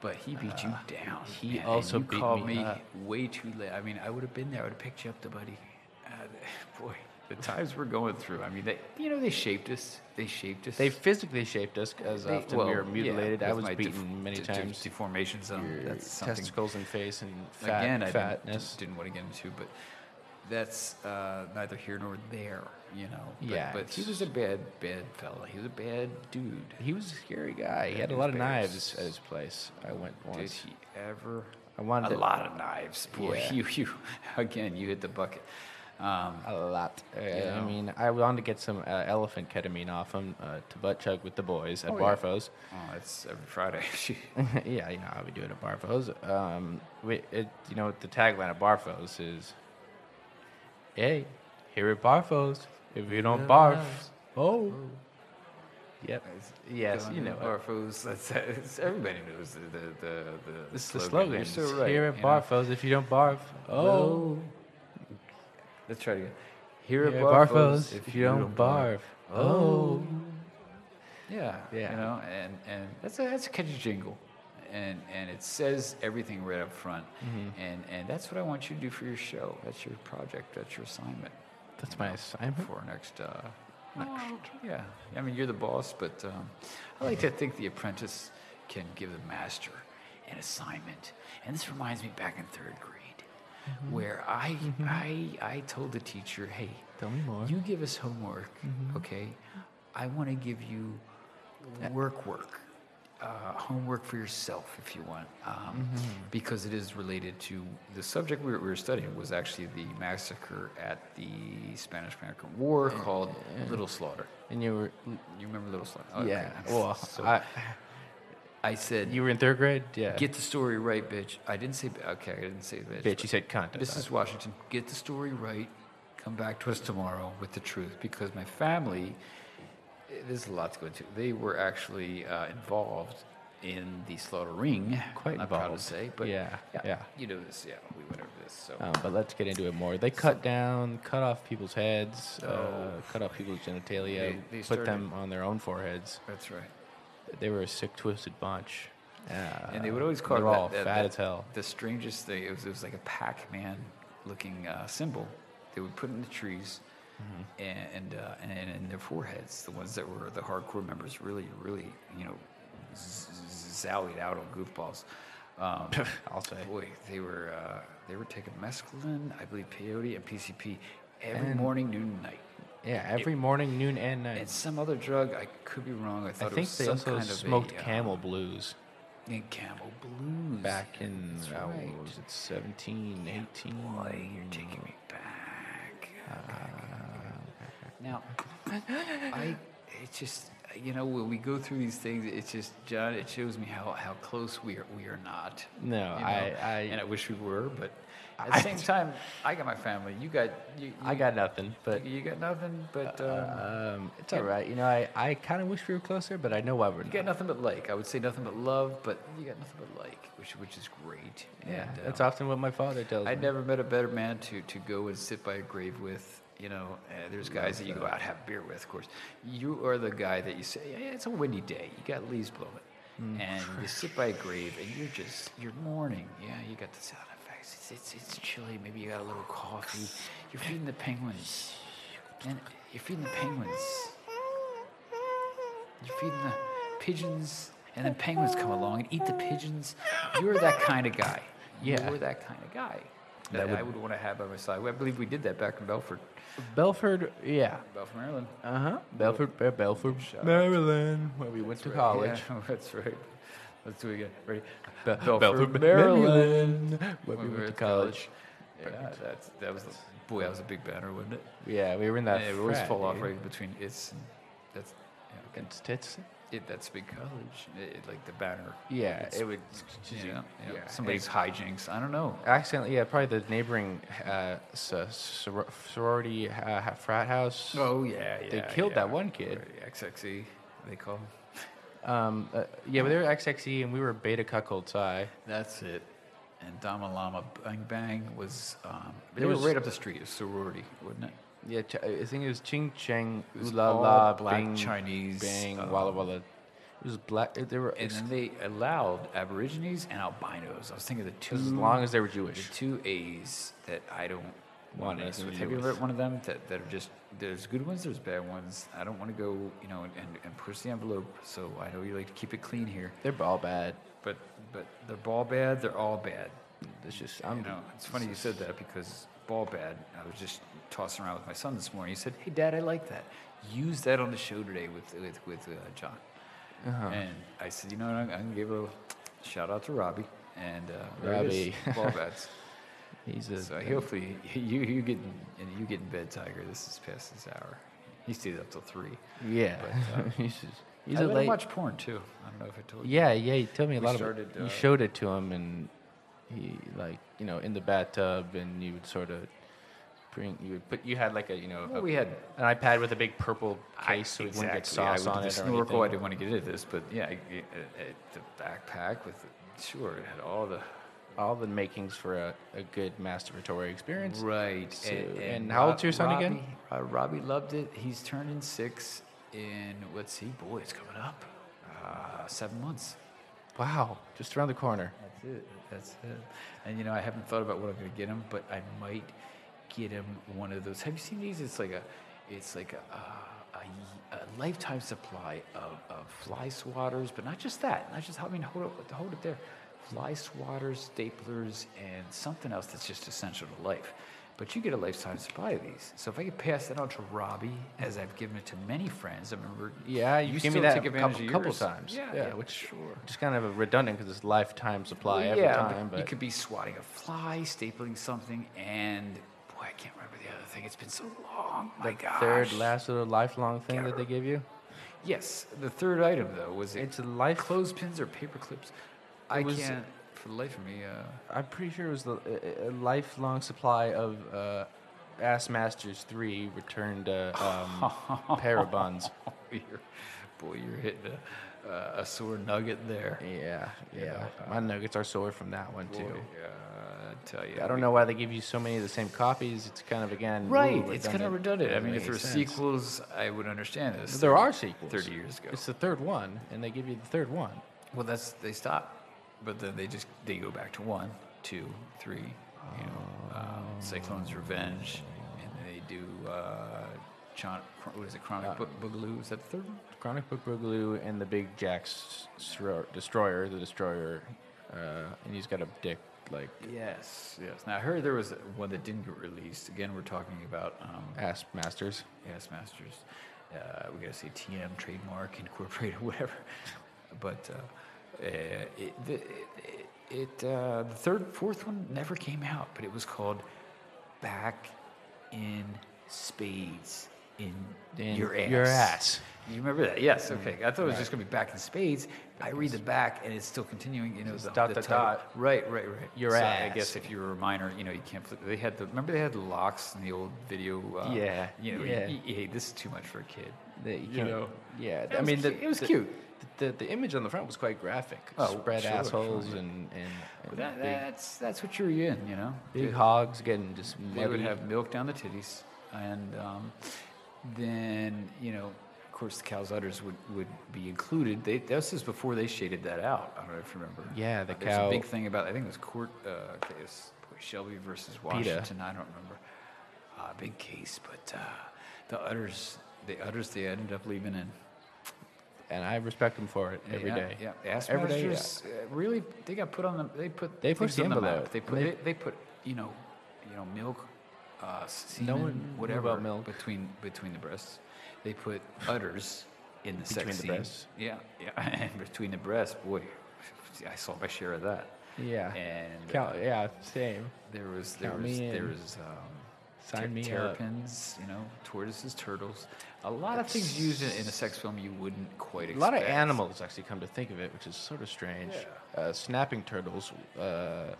S2: but he beat you down.
S1: Uh, he
S2: man, and
S1: also
S2: you
S1: beat
S2: called
S1: me
S2: me
S1: up.
S2: way too late. I mean, I would have been there. I would have picked you up, the buddy. Uh, boy, the times we're going through. I mean, they, you know, they shaped us. They shaped us.
S1: They physically shaped us because
S2: They-
S1: often
S2: well,
S1: we were
S2: yeah,
S1: mutilated. I
S2: with
S1: was
S2: my
S1: beaten
S2: def-
S1: many
S2: de- de-
S1: times.
S2: Deformations. Um,
S1: Your
S2: that's something.
S1: testicles and face and fat,
S2: Again, I didn't-
S1: fatness.
S2: didn't, want to get into, but that's uh, neither here nor there. You know. But,
S1: Yeah,
S2: But he
S1: it's-
S2: was a bad, bad fella. He was a bad dude.
S1: He was a scary guy. He
S2: Yeah,
S1: had a
S2: he
S1: lot
S2: was
S1: of
S2: bad.
S1: knives at his place. I went
S2: Did
S1: once.
S2: he ever?
S1: I wanted
S2: a
S1: to-
S2: lot of knives, boy.
S1: Yeah.
S2: You, you, again, you hit the bucket. Um,
S1: A lot. Uh, I
S2: Yeah.
S1: mean, I wanted to get some uh, elephant ketamine off him uh, to butt chug with the boys at
S2: Oh, yeah.
S1: Barfo's.
S2: oh, it's every Friday.
S1: yeah, you know how we do it at Barfo's. Um, we, it, you know, the tagline of Barfo's is, "Hey, Here it barfos. If you don't barf, oh. Yep. Yes,
S2: Gone
S1: you
S2: in
S1: know. it.
S2: Barfo's. That's, that's everybody knows the the the, the,
S1: This is the slogan.
S2: You're so
S1: It's
S2: right,
S1: Here at
S2: you know.
S1: Barfos, if you don't barf, oh.
S2: Let's try it again. Here
S1: Here
S2: at
S1: at
S2: Barfo's,
S1: Barfos, if you don't barf, oh.
S2: Yeah,
S1: Yeah.
S2: You know, and and that's a that's a catchy jingle, and and it says everything right up front,
S1: Mm-hmm.
S2: and and that's what I want you to do for your show. That's your project. That's your assignment
S1: That's my assignment.
S2: for next. Uh, next. Yeah, I mean you're the boss, but um, I like to think the apprentice can give the master an assignment, and this reminds me back in third grade, where I I I told the teacher, hey,
S1: Tell me more. Mm-hmm.
S2: you give us homework, okay? I want to give you work, work, uh, homework for yourself if you want, um,
S1: Mm-hmm.
S2: because it is related to the subject we were, we were studying was actually the massacre at the Spanish-American
S1: Eh,
S2: War called Little Slaughter.
S1: And you were,
S2: You remember Little Slaughter?
S1: yeah. Well,
S2: So I,
S1: I,
S2: said,
S1: you were in third grade? Yeah.
S2: get the story right, bitch. I didn't say, okay, I didn't say bitch.
S1: Bitch,
S2: but-
S1: you said cunt.
S2: this is Washington. Get the story right. Come back to us tomorrow with the truth because my family, eh, there's a lot to go into. They were actually uh, involved in the slaughtering.
S1: Quite
S2: I'm proud
S1: involved.
S2: to say, but
S1: Yeah, yeah.
S2: you know this. Yeah, we went over this. So
S1: Um, but let's get into it more. They cut down, cut off people's heads, uh, cut off people's genitalia,
S2: They- Oh. they
S1: put
S2: started-
S1: them on their own foreheads.
S2: that's right.
S1: They were a sick, twisted bunch. Uh,
S2: And they would always call
S1: they're
S2: that,
S1: all
S2: that-
S1: fat
S2: that-
S1: as hell.
S2: The strangest thing it was, it was like a Pac-Man looking uh, symbol they would put in the trees,
S1: Mm-hmm.
S2: and uh, and in their foreheads, the ones that were the hardcore members really really you know z- z- zallied out on goofballs. Um,
S1: I'll say.
S2: boy, they were uh, they were taking mescaline, I believe peyote and PCP every morning, noon, and night.
S1: Yeah, every morning, noon, and night.
S2: And some other drug, I could be wrong. I
S1: I
S2: thought it
S1: think
S2: was
S1: they
S2: some
S1: also
S2: kind of
S1: smoked
S2: a, uh,
S1: Camel Blues
S2: yeah, Camel Blues
S1: back in
S2: That's
S1: uh,
S2: right.
S1: what was it 17, 18?
S2: Boy, you're taking me back. Now, I it just you know when we go through these things, it's just John. It shows me how, how close we are. We are not.
S1: No,
S2: you
S1: I- I-
S2: and I wish we were, but at the same time, I got my family. You got you. you
S1: I got nothing, but
S2: you got nothing, but um,
S1: um, it's all right. You know, I, I kind of wish we were closer, but I know why we're
S2: you
S1: not.
S2: got nothing but like. I would say nothing but love, but you got nothing but like, which which is great.
S1: Yeah,
S2: and,
S1: that's
S2: um,
S1: often what my father tells
S2: I
S1: me.
S2: never met a better man to, to go and sit by a grave with. You know, uh, there's guys that you go out and have beer with, of course. You are the guy that you say, yeah, it's a windy day. You got leaves blowing. And you sit by a grave and you're just, you're mourning. Yeah, you got the sound effects. It's, it's, it's chilly. Maybe you got a little coffee. You're feeding the penguins. And you're feeding the penguins. You're feeding the pigeons, and then penguins come along and eat the pigeons. You're that kind of guy.
S1: Yeah.
S2: You're that kind of guy that, I would want to have by my side. I believe we did that back in Belford,
S1: Belford, yeah.
S2: Belford, Maryland.
S1: Uh huh. Belford, Be- Belford,
S2: Shout out.
S1: Maryland, where we went to college.
S2: Yeah, that's right. Let's do it again. Ready?
S1: Be-
S2: Belford,
S1: Be-
S2: Maryland.
S1: where we
S2: When
S1: went to college.
S2: Yeah, that's, that was, a- boy, that was a big banner, wasn't it?
S1: Yeah, we were in that.
S2: Yeah, it always
S1: frat,
S2: fall off
S1: dude.
S2: right between it's and that's, yeah,
S1: It's, it's,
S2: it, that's a big college. It, it- like the banner.
S1: yeah,
S2: It's-
S1: it would.
S2: Yeah, yeah.
S1: yeah.
S2: Somebody's hijinks. I don't know.
S1: Accidentally, yeah, probably the neighboring uh, so- soror- sorority uh, ha- frat house.
S2: Oh yeah, yeah.
S1: They killed that
S2: yeah.
S1: one kid.
S2: Right, XXE, E, they call. him.
S1: Um, uh, yeah, but they were XXE and we were Beta Cuckold Psi.
S2: That's it. And Dama Lama Bang Bang was. Um, they
S1: It
S2: were
S1: was-
S2: right up the street. It was sorority, wasn't it?
S1: Yeah, Ch- I think it was Ching Cheng,
S2: It
S1: Ooh
S2: was
S1: La
S2: all
S1: La,
S2: black
S1: Bing,
S2: Chinese,
S1: Bang,
S2: um,
S1: Walla Walla. It was black. They were
S2: And
S1: ex-
S2: then they allowed Aborigines and albinos. I was thinking of the two.
S1: as long as they were
S2: the
S1: Jewish.
S2: two A's that I don't
S1: Want
S2: want to mess
S1: anything
S2: with.
S1: to
S2: Have
S1: do
S2: you
S1: with.
S2: ever one of them that, that are just there's good ones, there's bad ones. I don't want to go, you know, and, and, and push the envelope. So I know you like to keep it clean here,
S1: They're all bad.
S2: but but they're all bad. They're all bad.
S1: It's just I'm.
S2: You know, it's funny you said that because ball bad. I was just tossing around with my son this morning. He said, "Hey, Dad, I like that. Use that on the show today with with with uh, John."
S1: uh-huh.
S2: And I said, "You know what? I'm, I'm gonna give a little shout out to Robbie and uh, there it is,
S1: Robbie. uh,
S2: ball bats.
S1: He's a.
S2: so hopefully you you get in, and you get in bed, Tiger. This is past this hour. He stays up till three.
S1: yeah. he's just, he's
S2: I
S1: a
S2: let him
S1: late.
S2: watch porn too. I don't know if I told you.
S1: Yeah, yeah. He told me a
S2: We
S1: lot
S2: started,
S1: of. it. you
S2: uh,
S1: showed it to him, and he like you know in the bathtub, and you would sort of screen. You would put you had like a you know
S2: Well,
S1: a-
S2: we had
S1: an iPad with a big purple case, so it wouldn't get
S2: Exactly. I
S1: sauce
S2: would-
S1: on
S2: the
S1: it or
S2: snorkel, I
S1: anything.
S2: didn't want to get into this, but yeah, I, I- I- the backpack with the, sure it had all the
S1: All the makings for a, a good masturbatory experience.
S2: right.
S1: So- and how old's your son again?
S2: Robbie, uh, Robbie loved it. He's turning six in let's see, boy, it's coming up. Uh, seven months.
S1: Wow, just around the corner.
S2: That's it. That's it. And you know, I haven't thought about what I'm gonna get him, but I might get him one of those. Have you seen these? It's like a, it's like a, uh, a, y- a lifetime supply of, of fly swatters, but not just that. Not just. I mean, hold it, hold it there. Fly swatters, staplers, and something else that's just essential to life. But you get a lifetime supply of these. So if I could pass that on to Robbie, as I've given it to many friends, I remember.
S1: Yeah, you, gave me
S2: still
S1: that
S2: take
S1: a
S2: advantage
S1: couple,
S2: of
S1: couple
S2: yours.
S1: times.
S2: Yeah, yeah,
S1: which
S2: sure.
S1: just kind of a redundant because it's lifetime supply
S2: Well,
S1: every
S2: yeah, but
S1: time. But
S2: you could be swatting a fly, stapling something, and boy, I can't remember the other thing. It's been so long. My gosh.
S1: third last little lifelong thing that they give you.
S2: Yes, the third item though was it
S1: It's a life.
S2: clothespins or paper clips. I
S1: was-
S2: can't for the life of me. Uh,
S1: I'm pretty sure it was the, a, a lifelong supply of uh, Ass Masters Three returned uh, um, pair of buns.
S2: oh, you're, boy, you're hitting a, uh, a sore nugget there.
S1: Yeah, yeah. My nuggets are sore from that one
S2: Boy,
S1: too.
S2: uh, I tell you,
S1: I don't
S2: we-
S1: know why they give you so many of the same copies. It's kind of again ooh,
S2: Right, it's kind of
S1: redundant.
S2: redundant. I
S1: Doesn't
S2: mean,
S1: make
S2: if
S1: any
S2: there were
S1: sense.
S2: sequels, I would understand this.
S1: But there are
S2: 30
S1: sequels.
S2: Thirty years ago.
S1: It's the third one, and they give you the third one.
S2: Well, that's they stop, but then they just they go back to one, two, three. You know, um, Cyclone's Revenge, and they do uh, Chon, Chron- what is it, Chronic Book Boogaloo? Is that the third one?
S1: Chronic Book Boogaloo and the Big Jack's Sro- Destroyer, the Destroyer, uh, and he's got a dick like
S2: Yes, yes. Now I heard there was one that didn't get released. Again, we're talking about um,
S1: Ass Masters.
S2: Yes, Masters. Uh, we gotta say TM trademark incorporated whatever. But uh, uh, it, the, it, it uh, the third fourth one never came out, but it was called Back in Spades in,
S1: In
S2: your ass.
S1: your ass.
S2: You remember that? Yes. Okay. I thought it was just gonna be Back in Spades. I read the back, and it's still continuing. You know, the,
S1: dot,
S2: the
S1: dot,
S2: title.
S1: dot.
S2: Right, right, right.
S1: Your
S2: so I
S1: ass.
S2: guess if you were a minor, you know, you can't. Flip, they had the remember they had the locks in the old video. Uh,
S1: Yeah,
S2: You know,
S1: yeah.
S2: yeah. hey, this is too much for a kid.
S1: That you
S2: You
S1: can't,
S2: know.
S1: yeah.
S2: It
S1: I
S2: was
S1: mean, the,
S2: cu- it was
S1: the-
S2: cute.
S1: The, the, the image on the front was quite graphic.
S2: Oh,
S1: Spread
S2: sure, sure,
S1: assholes
S2: yeah.
S1: and, and, and
S2: But that,
S1: big,
S2: that's that's what you're in, you know.
S1: big
S2: They-
S1: hogs getting just
S2: They would
S1: muddy.
S2: have milk down the titties, and um, then you know, of course, the cow's udders would, would be included. They, this is before they shaded that out. I don't know if you remember.
S1: Yeah, the
S2: Uh, There's a big
S1: cow-
S2: thing about I think it was court uh, case Shelby versus Washington. I don't remember. Uh, big case, but uh, the udders, the udders, they ended up leaving in.
S1: and I respect them for it every
S2: yeah,
S1: day.
S2: Yeah, Ass
S1: Every day, yeah.
S2: Masters, uh, really, they got put on the. They put.
S1: They pushed
S2: things
S1: the
S2: on map.
S1: envelope,
S2: They
S1: and
S2: put.
S1: they-
S2: They, they put. You know, you know, milk, uh, semen,
S1: one knew
S2: whatever,
S1: about milk.
S2: between between the breasts. They put udders in the sex
S1: Between the
S2: scene.
S1: breasts.
S2: Yeah, yeah, and between the breasts, boy, I saw my share of that.
S1: Yeah.
S2: And
S1: Cow-
S2: uh,
S1: yeah, same.
S2: there was there
S1: count
S2: was
S1: me
S2: there
S1: in.
S2: was. Um,
S1: Sign
S2: ter-
S1: me up.
S2: terrapins, you know, tortoises, turtles. A lot of things used in, in a sex film you wouldn't quite
S1: A
S2: expect.
S1: lot of animals, actually, come to think of it, which is sort of strange. Uh, snapping turtles, uh,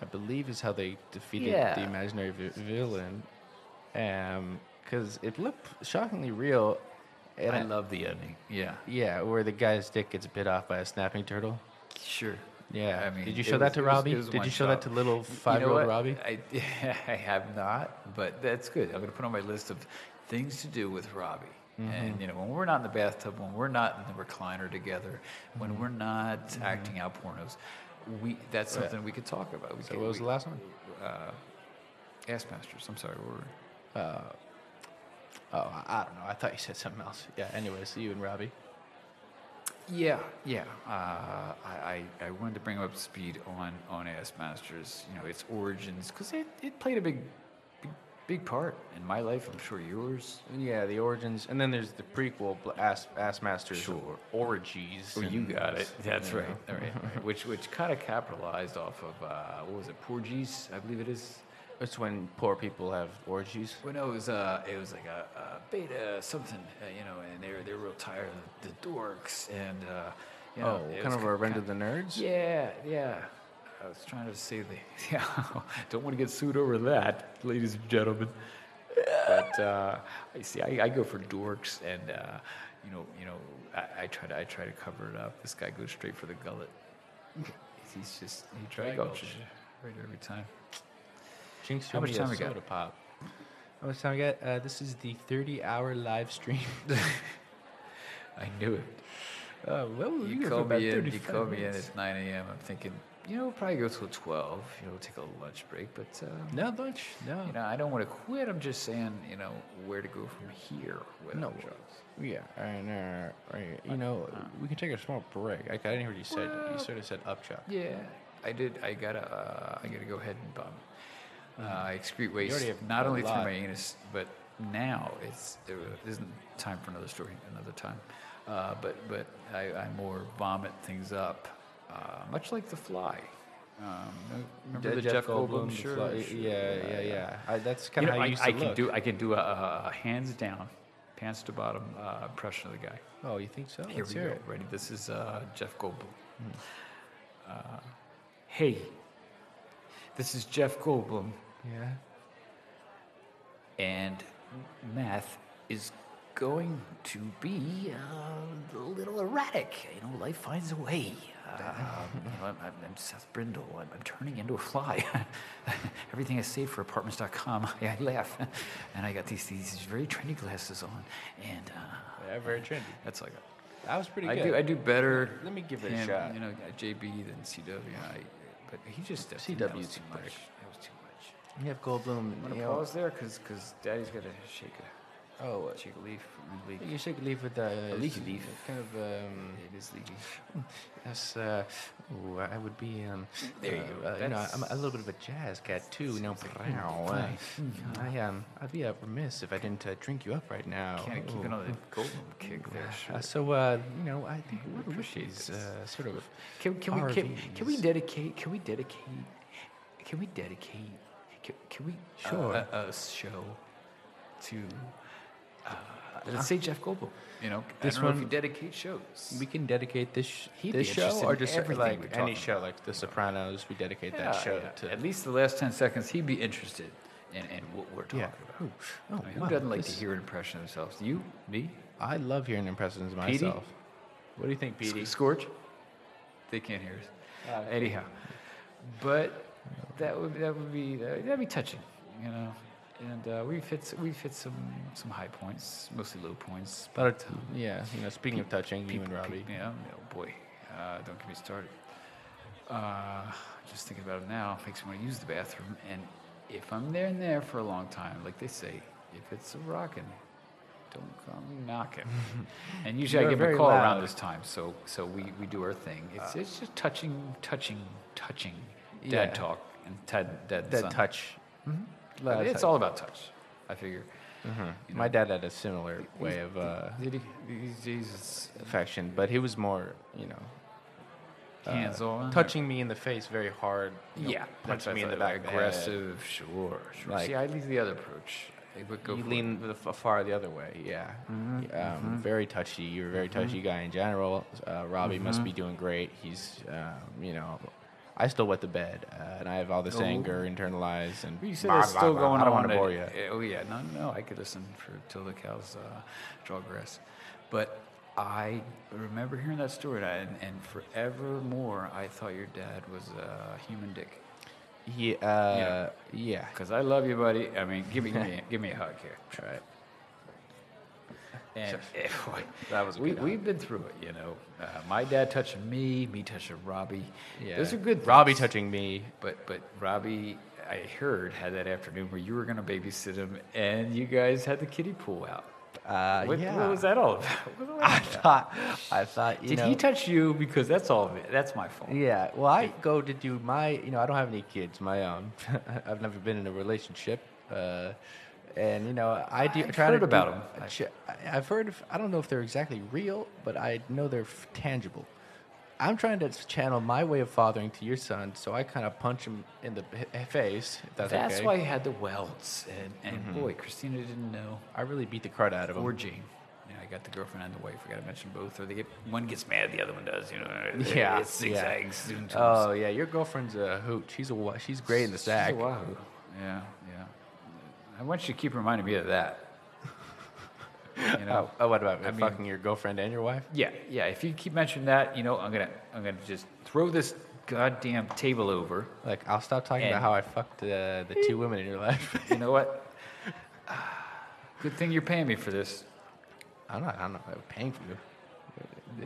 S1: I believe, is how they defeated the
S2: Yeah.
S1: imaginary vi- villain. Because it looked shockingly real. And
S2: I love the ending. Yeah.
S1: yeah, where the guy's dick gets bit off by a snapping turtle.
S2: Sure.
S1: Yeah.
S2: I mean,
S1: Did you
S2: it
S1: show that
S2: was-
S1: to
S2: it was-
S1: Robbie?
S2: it was
S1: Did
S2: one
S1: you show
S2: shot.
S1: that to little
S2: You know
S1: five year old
S2: what?
S1: Robbie?
S2: I, I have not, but that's good. I'm going to put on my list of things to do with Robbie.
S1: Mm-hmm.
S2: And you know, when we're not in the bathtub, when we're not in the recliner together, when
S1: Mm-hmm.
S2: we're not acting out pornos, we that's
S1: Yeah.
S2: something we could talk about. We
S1: So,
S2: could,
S1: what was the
S2: we-
S1: last one?
S2: Uh, Ass Masters. I'm sorry. Where were we?
S1: Oh, I, I don't know. I thought you said something else. Yeah, anyways, you and Robbie.
S2: Yeah, yeah. Uh, I, I, I wanted to bring up speed on on Ass Masters. You know, its origins because it, it played a big, big big part in my life. I'm sure yours.
S1: Yeah, the origins, and then there's the prequel, Bl- Ass, Ass Masters,
S2: Sure.
S1: Orgies.
S2: Oh, you
S1: and-
S2: got it. That's
S1: you
S2: right.
S1: know.
S2: All right. which which kind of capitalized off of uh, what was it? Porgies, I believe it is.
S1: It's when poor people have orgies.
S2: Well, no, it was uh, it was like a, a beta something, uh, you know, and they were they were real tired of the dorks and uh, you know,
S1: oh,
S2: it
S1: kind
S2: was
S1: of a
S2: ki-
S1: render
S2: ki-
S1: the nerds.
S2: Yeah, yeah. I was trying to say the. Yeah, don't want to get sued over that, ladies and gentlemen. But uh, I see. I, I go for dorks, and uh, you know, you know, I, I try to, I try to cover it up. This guy goes straight for the gullet. He's just he dry
S1: Dry
S2: gulps
S1: gulch.
S2: it right every time.
S1: Jinx,
S2: How
S1: you
S2: much
S1: need a
S2: time we got?
S1: soda Pop. How much time we got? Uh, this is the 30-hour live stream.
S2: I knew it.
S1: Uh, well, we
S2: You
S1: go for
S2: call
S1: about
S2: me in. You
S1: 35
S2: call me in
S1: minutes.
S2: at 9 a.m. I'm thinking, you know, we'll probably go till 12. You know, take a lunch break, but. Um,
S1: No lunch. No.
S2: You know, I don't want to quit. I'm just saying, you know, where to go from here with
S1: No.
S2: drugs.
S1: Yeah, and uh, right, you know, we can take a small break. I, I didn't hear what you said. You sort of said upchuck.
S2: Yeah, I did. I gotta. Uh, I gotta go ahead and bum. Uh, I excrete waste
S1: already have
S2: not
S1: a
S2: only through
S1: lot.
S2: my anus, but now it's it isn't time for another story another time. Uh, but but I, I more vomit things up, uh, much like the fly. Um, remember the Jeff, Goldblum?
S1: the
S2: Sure,
S1: fly-
S2: sure,
S1: Yeah, yeah, yeah. I, that's
S2: You
S1: kind of
S2: know,
S1: how
S2: I,
S1: you used
S2: I
S1: to
S2: can
S1: look.
S2: do I can do a, a a hands down, pants to bottom uh, impression of the guy.
S1: oh, you think so?
S2: Here
S1: Let's
S2: we
S1: hear
S2: go.
S1: it.
S2: Ready? This is uh, Jeff Goldblum.
S1: Hmm.
S2: Uh, hey, this is Jeff Goldblum,
S1: Yeah.
S2: and math is going to be uh, a little erratic. You know, life finds a way. Uh, you know, I'm, I'm, I'm Seth Brindle. I'm, I'm turning into a fly. Everything I say for apartments.com, I, I laugh. and I got these, these very trendy glasses on, and uh,
S1: Yeah, very trendy.
S2: that's all I got.
S1: That was pretty
S2: I
S1: good.
S2: do. I do better.
S1: Let me give it a
S2: than,
S1: shot.
S2: You know, at JB than CW. I, but he just I think that
S1: CW
S2: was
S1: 's
S2: too
S1: too
S2: much.
S1: much.
S2: That was too much.
S1: You have Goldblum.
S2: Want
S1: you
S2: to
S1: know-
S2: pause there? Cause, cause Daddy's got to shake a
S1: Oh, uh,
S2: shake a leaf. and leak.
S1: you should leave with a,
S2: A leaky leaf.
S1: Kind of. Um,
S2: It is leaky.
S1: yes. Uh, ooh, I would be. Um,
S2: There you
S1: uh,
S2: go.
S1: Uh, you know, I'm a
S2: That's-
S1: little bit of a jazz cat too. You know, brow, uh, I
S2: Hmm.
S1: um, I'd be uh, remiss if I didn't uh, drink you up right now.
S2: Kind of
S1: Ooh.
S2: keeping on the golden kick there. Sure.
S1: Uh, so, uh, you know, I think
S2: we
S1: what we
S2: appreciate
S1: is
S2: this.
S1: uh, sort of
S2: Can, can we can, can we
S1: RVs.
S2: dedicate? Can we dedicate? Can we dedicate? Can, can we uh,
S1: Sure.
S2: a, a, a show to? Uh, let's say Jeff Goldblum. You know,
S1: This
S2: I don't know
S1: one-
S2: if you dedicate shows.
S1: we can dedicate this sh-
S2: He'd
S1: this
S2: be
S1: show
S2: interested
S1: or
S2: in
S1: just sort of
S2: everything
S1: like
S2: we're
S1: any
S2: talking
S1: show like The Sopranos. We dedicate that
S2: Yeah,
S1: show
S2: yeah.
S1: to
S2: At least the last ten seconds, he'd be interested in, in what we're talking
S1: yeah.
S2: about.
S1: Ooh, Oh,
S2: I mean, who
S1: wow,
S2: doesn't like to
S1: this-
S2: hear an impression of themselves? You, me,
S1: I love hearing impressions of
S2: Petey?
S1: myself. What do you think, Petey?
S2: Sc- Scorch. They can't hear us.
S1: Uh,
S2: Anyhow, but that would that would be that, that'd be touching, you know. And uh, we've hit s- we've hit some some high points, mostly low points. um,
S1: But yeah, you know, speaking of touching, you and
S2: People-
S1: Robbie.
S2: people- yeah, oh boy, uh, don't get me started. Uh, just thinking about it now makes me want to use the bathroom. And if I'm there and there for a long time, like they say, if it's a rockin', don't come knocking. and usually
S1: You are
S2: I give 'em
S1: very
S2: a call
S1: loud. Uh,
S2: around this time, so so we, we do our thing. It's it's just touching, touching, touching. Dad
S1: Yeah.
S2: talk and dad dad and
S1: That
S2: son.
S1: touch. Love
S2: It's
S1: touch.
S2: all about touch. I figure. you
S1: My dad had a similar way of uh,
S2: Did he, these days it's
S1: affection, but he was more, you know,
S2: Uh-huh.
S1: uh,
S2: hands on. or-
S1: touching me in the face very hard. you know,
S2: Yeah, that's
S1: punching me in the
S2: what
S1: back
S2: I
S1: of
S2: thought,
S1: the head.
S2: Aggressive, sure, sure.
S1: Like-
S2: See, I leave the other approach. I would go
S1: you
S2: for it. Mm-hmm.
S1: lean the, f- far the other way, yeah. Um, Very touchy. You're a very touchy guy in general. Uh, Robbie
S2: Mm-hmm.
S1: must be doing great. He's, um, you know, I still wet the bed, uh, and I have all this
S2: Oh.
S1: anger internalized and.
S2: You said
S1: blah,
S2: that's
S1: blah,
S2: still
S1: blah.
S2: going on.
S1: I don't want to
S2: at-
S1: bore you.
S2: eh, Oh yeah, no, no, I could listen for till the cows uh, draw grass, but I remember hearing that story, and, I, and, and forevermore, I thought your dad was a human dick.
S1: He, uh, yeah.
S2: Cause I love you, buddy. I mean, give me, give me, give me a hug here.
S1: All right.
S2: And eh, boy,
S1: That was a
S2: we,
S1: good hug.
S2: we've been through it, you know. Uh, my dad touching me, me touching Robbie.
S1: Yeah.
S2: Those are good.
S1: Robbie
S2: things.
S1: touching me.
S2: But but Robbie, I heard had that afternoon where you were going to babysit him, and you guys had the kiddie pool out.
S1: Uh,
S2: what,
S1: yeah.
S2: what was that all about? What was all
S1: I
S2: that about?
S1: thought. I thought. You
S2: Did
S1: know,
S2: he touch you? Because that's all. of it. That's my fault.
S1: Yeah, well, I go to do my, you know, I don't have any kids. My own. I've never been in a relationship, uh, and you know, I do.
S2: I've
S1: try
S2: heard
S1: to
S2: about
S1: do,
S2: 'em.
S1: I ch- I- I've heard. Of, I don't know if they're exactly real, but I know they're f- tangible. I'm trying to channel my way of fathering to your son, so I kind of punch him in the h- face. If that's,
S2: That's
S1: okay.
S2: why Mm-hmm. you had the welts, and, and boy, Christina didn't know,
S1: I really beat the crud out of him.
S2: or Jane. you know, I got the girlfriend and the wife. I got to mention both, or they get one gets mad, the other one does. You know,
S1: Yeah,
S2: it's
S1: yeah.
S2: zigzags. zoom tubes.
S1: Oh yeah, your girlfriend's a hoot. She's a wa- she's great in the sack.
S2: She's a wahoo. Yeah, yeah. I want you to keep reminding me of that. You know.
S1: Oh, oh, what about
S2: mean-
S1: fucking your girlfriend and your wife?
S2: Yeah, yeah. If you keep mentioning that, you know, I'm gonna, I'm gonna just throw this goddamn table over.
S1: Like, I'll stop talking
S2: And-
S1: about how I fucked uh, the two women in your life.
S2: You know what? Good thing you're paying me for this.
S1: I'm not. I'm not paying for you.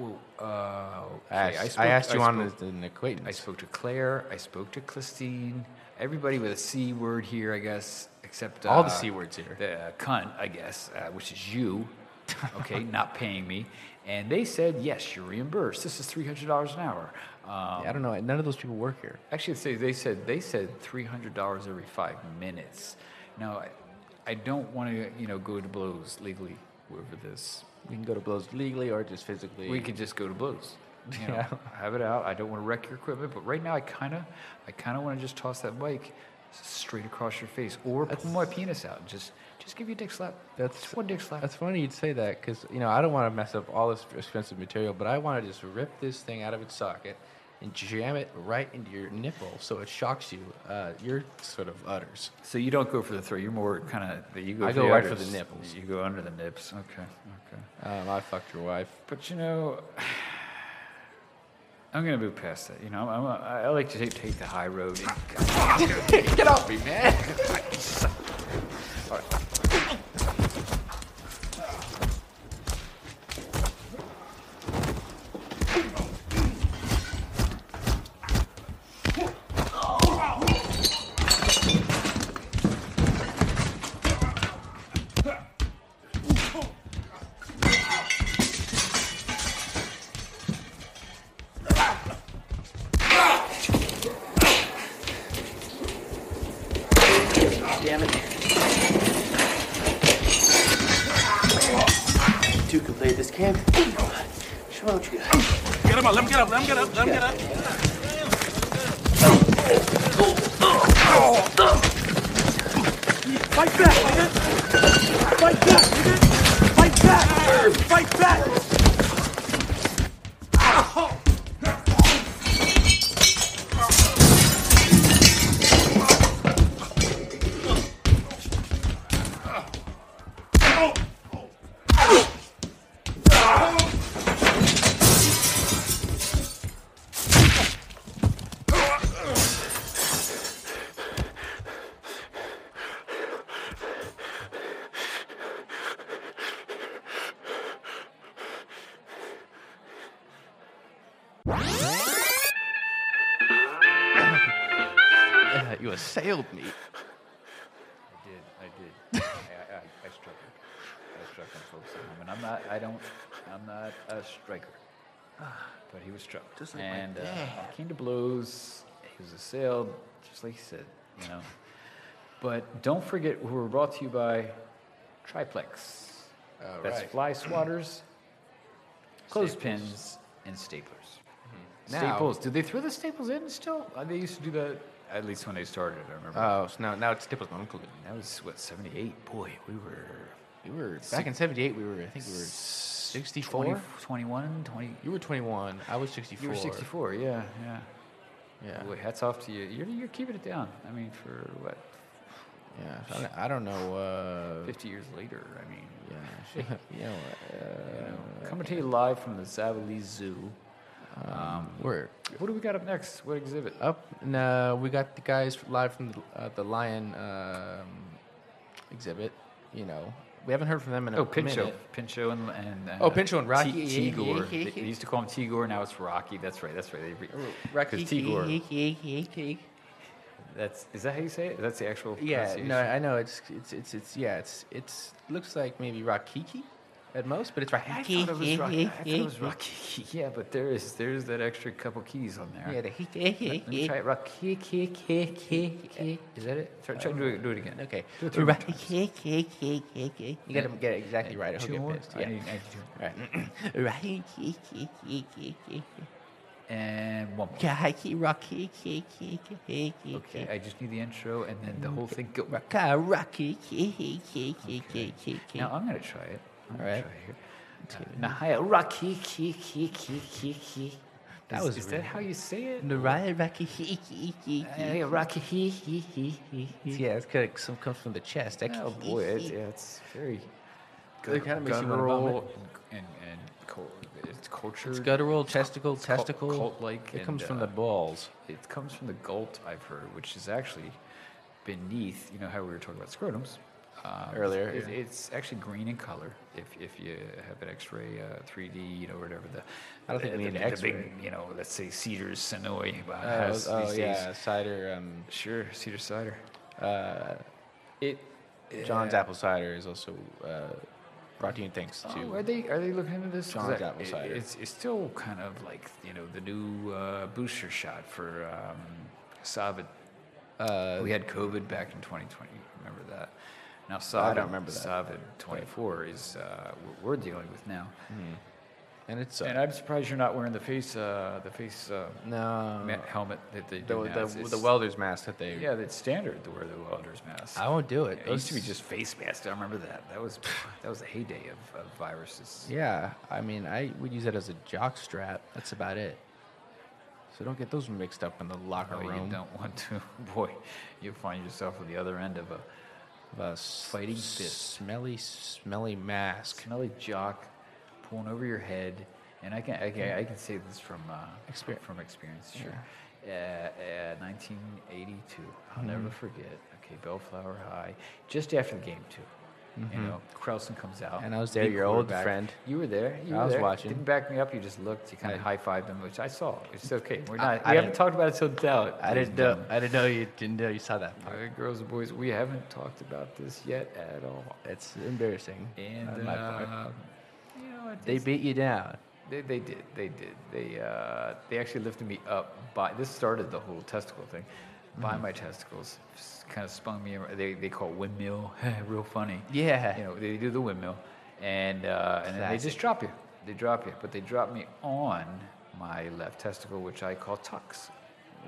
S2: Well, uh,
S1: I asked,
S2: okay,
S1: I
S2: spoke-
S1: asked you
S2: I
S1: on
S2: spoke-
S1: as an acquaintance.
S2: I spoke to Claire. I spoke to Christine. Everybody with a C word here, I guess, except uh,
S1: All the C words here.
S2: The uh, cunt, I guess, uh, which is you. Okay, not paying me, and they said yes, you're reimbursed. This is three hundred dollars an hour. Um,
S1: Yeah, I don't know. None of those people work here.
S2: Actually, they- they said they said three hundred dollars every five minutes. Now, I, I don't want to you know go to blows legally over this.
S1: We can go to blows legally or just physically.
S2: We could just go to blows. You know,
S1: Yeah.
S2: have it out. I don't want to wreck your equipment, but right now I kind of, I kind of want to just toss that bike straight across your face, or pull my penis out. and Just, just give you a dick slap.
S1: That's-
S2: just one dick slap.
S1: That's funny you'd say that because you know I don't want to mess up all this expensive material, but I want to just rip this thing out of its socket and jam it right into your nipple so it shocks you. Uh, your sort of udders.
S2: So you don't go for the throw. You're more kind of you go.
S1: I
S2: for
S1: go
S2: the
S1: right for
S2: udders.
S1: the nipples.
S2: You go under the nips. Okay. Okay.
S1: Um, I fucked your wife.
S2: But you know, I'm gonna move past that. You know, I'm, I'm, I like to take, take the high road.
S1: Get off me, man!
S3: Damn it. Two can play this game. Show out you.
S4: Get him up, let him get up, let him get up, let him get up. Fight back, nigga! Fight back, nigga! Fight back! Fight back!
S1: Uh, you assailed me.
S2: I did. I did. I, I, I struck him. I struck him, folks. I mean, I'm not. I don't. I'm not a striker. But he was struck. Just like and uh, came to blows. He was assailed, just like he said. You know. But don't forget, we were brought to you by Triplex.
S1: All
S2: That's
S1: right.
S2: fly swatters, clothespins, and staplers.
S1: Mm-hmm. Now-
S2: staples. Did they throw the staples in still? Uh, They used to do that at least when they started. I remember.
S1: Oh, so now now it's Stipple's uncle.
S2: that was what '78. Boy, we were
S1: We were back in '78. We were I think we were 64.
S2: 20, 21, 20.
S1: You were 21. I was 64.
S2: You were 64. Yeah, yeah.
S1: Yeah.
S2: Boy, hats off to you. You're, you're keeping it down. I mean, for what?
S1: Yeah. so I don't- I don't know. Uh,
S2: 50 years later. I mean,
S1: yeah. shit, You know. Uh,
S2: you know, coming to you live from the Savali Zoo.
S1: um,
S2: Um,
S1: we're
S2: What do we got up next? What exhibit?
S1: Up, and uh, we got the guys live from the, uh, the Lion um, exhibit. You know, we haven't heard from them in a
S2: Oh, Pincho.
S1: minute.
S2: Pincho and. and uh,
S1: Oh, Pincho and Rocky. Yeah,
S2: T-
S1: yeah,
S2: Tigor.
S1: yeah,
S2: They, they
S1: yeah.
S2: used to call him Tigor, now it's Rocky. That's right, that's right. They re-
S1: Rocky.
S2: 'cause Tigor. That's, is that how you say it? That's the actual
S1: Yeah,
S2: pronunciation?
S1: no, I know it's it's it's it's yeah, it's it's looks like maybe Rakiki at most, but it's
S2: I
S1: Rakiki.
S2: thought it was Rocky. I thought it was Rocky. Yeah, but there is there's that extra couple keys on there.
S1: Yeah,
S2: Let me try
S1: the
S2: it. Rocky, ki, ki, ki, ki. Is that it? Try, try to do it, do it again.
S1: Okay,
S2: Do it three more times.
S1: Rakiki. You gotta get it exactly right. or he'll
S2: Uh, Two
S1: get
S2: more?
S1: pissed.
S2: I
S1: Yeah.
S2: need- I need two more.
S1: Right.
S2: And one more.
S3: Kahaki Rocky Kiki Kiki
S2: Okay, I just need the intro and then
S1: Mm,
S2: the whole thing. Go.
S3: Rocky Kiki Kiki Kiki
S2: Now I'm gonna try it. I'm
S1: Alright.
S2: gonna try it here. Uh, Nahaya Raki ki ki ki ki ki. That is,
S1: was
S2: is
S1: really
S2: that how you say it? Uh,
S1: Naraya Raki.
S2: Nahaya Raki he he he he he.
S1: Yeah, it's kind of some comes from the chest. Like,
S2: Oh boy, it, yeah, it's very.
S1: It kinda makes you wanna
S2: guttural and and cul- it's culture.
S1: It's guttural, testicle, testicle.
S2: cult-like
S1: It comes
S2: and,
S1: from the
S2: uh,
S1: balls.
S2: It comes from the gulp I've heard, which is actually beneath. You know how we were talking about scrotums um,
S1: Earlier,
S2: It's,
S1: yeah.
S2: it's actually green in color. If, if you have an X-ray, uh, 3D, you know, whatever the.
S1: I don't think
S2: the,
S1: we need
S2: the,
S1: an
S2: the big,
S1: X-ray.
S2: You know, let's say Cedars Sonoy uh,
S1: Oh,
S2: has
S1: oh
S2: these
S1: yeah,
S2: days.
S1: cider. Um,
S2: Sure, Cedar cider. uh, it. uh,
S1: John's apple cider is also uh, brought to you thanks to.
S2: Oh, are they are they looking into this? 'Cause
S1: John's
S2: I-
S1: apple
S2: it-
S1: cider.
S2: It's, it's still kind of like you know the new uh, booster shot for um, Savid. Uh, we had COVID back in 2020. Remember that? Now Savid,
S1: remember that.
S2: Savid 24 is uh, what we're dealing with now.
S1: Mm. and it's uh,
S2: And I'm surprised you're not wearing the face uh, the face uh,
S1: no
S2: ma- helmet that they
S1: the,
S2: do now. It's-
S1: the, the
S2: it's-
S1: welder's mask that they.
S2: Yeah, that's standard to wear the welder's mask.
S1: I won't do it.
S2: Yeah, it used to be
S1: Those-
S2: just face masks. I remember that. That was that was the heyday of, of viruses.
S1: Yeah, I mean, I would use that as a jock strap. That's about it. So don't get those mixed up in the locker
S2: Oh,
S1: room.
S2: you don't want to, boy. You'll find yourself on the other end of a
S1: Of a s-
S2: Fighting fist.
S1: smelly, smelly mask.
S2: smelly jock pulling over your head. And I can, I can, I can say this from uh,
S1: Exper-
S2: from experience. Sure. Uh, uh, 1982. I'll
S1: Mm-hmm.
S2: never forget. Okay, Bellflower High, just after the game too. You know, Krelson comes out,
S1: Mm-hmm. And I was there,
S2: big
S1: your old
S2: quarterback.
S1: friend.
S2: You were there. You
S1: I
S2: were
S1: was
S2: there.
S1: watching.
S2: Didn't back me up. You just looked. You kind of high fived him, which I saw. It's okay.
S1: I-
S2: We're not.
S1: I
S2: we haven't
S1: didn't-
S2: talked about it till now.
S1: I didn't know. I didn't know you didn't know you saw that part.
S2: Uh, girls and boys, we haven't talked about this yet at all.
S1: It's embarrassing.
S2: And
S1: on my part.
S2: um, you know, it-
S1: They
S2: it's-
S1: beat you down.
S2: they, they did, they did, they uh, they actually lifted me up by. This started the whole testicle thing,
S1: Mm-hmm.
S2: by my testicles, kind of spun me. Around. They they call it windmill, real funny.
S1: Yeah.
S2: you know they do the windmill, and uh, and then they just drop you. They drop you, but they drop me on my left testicle, which I call tucks.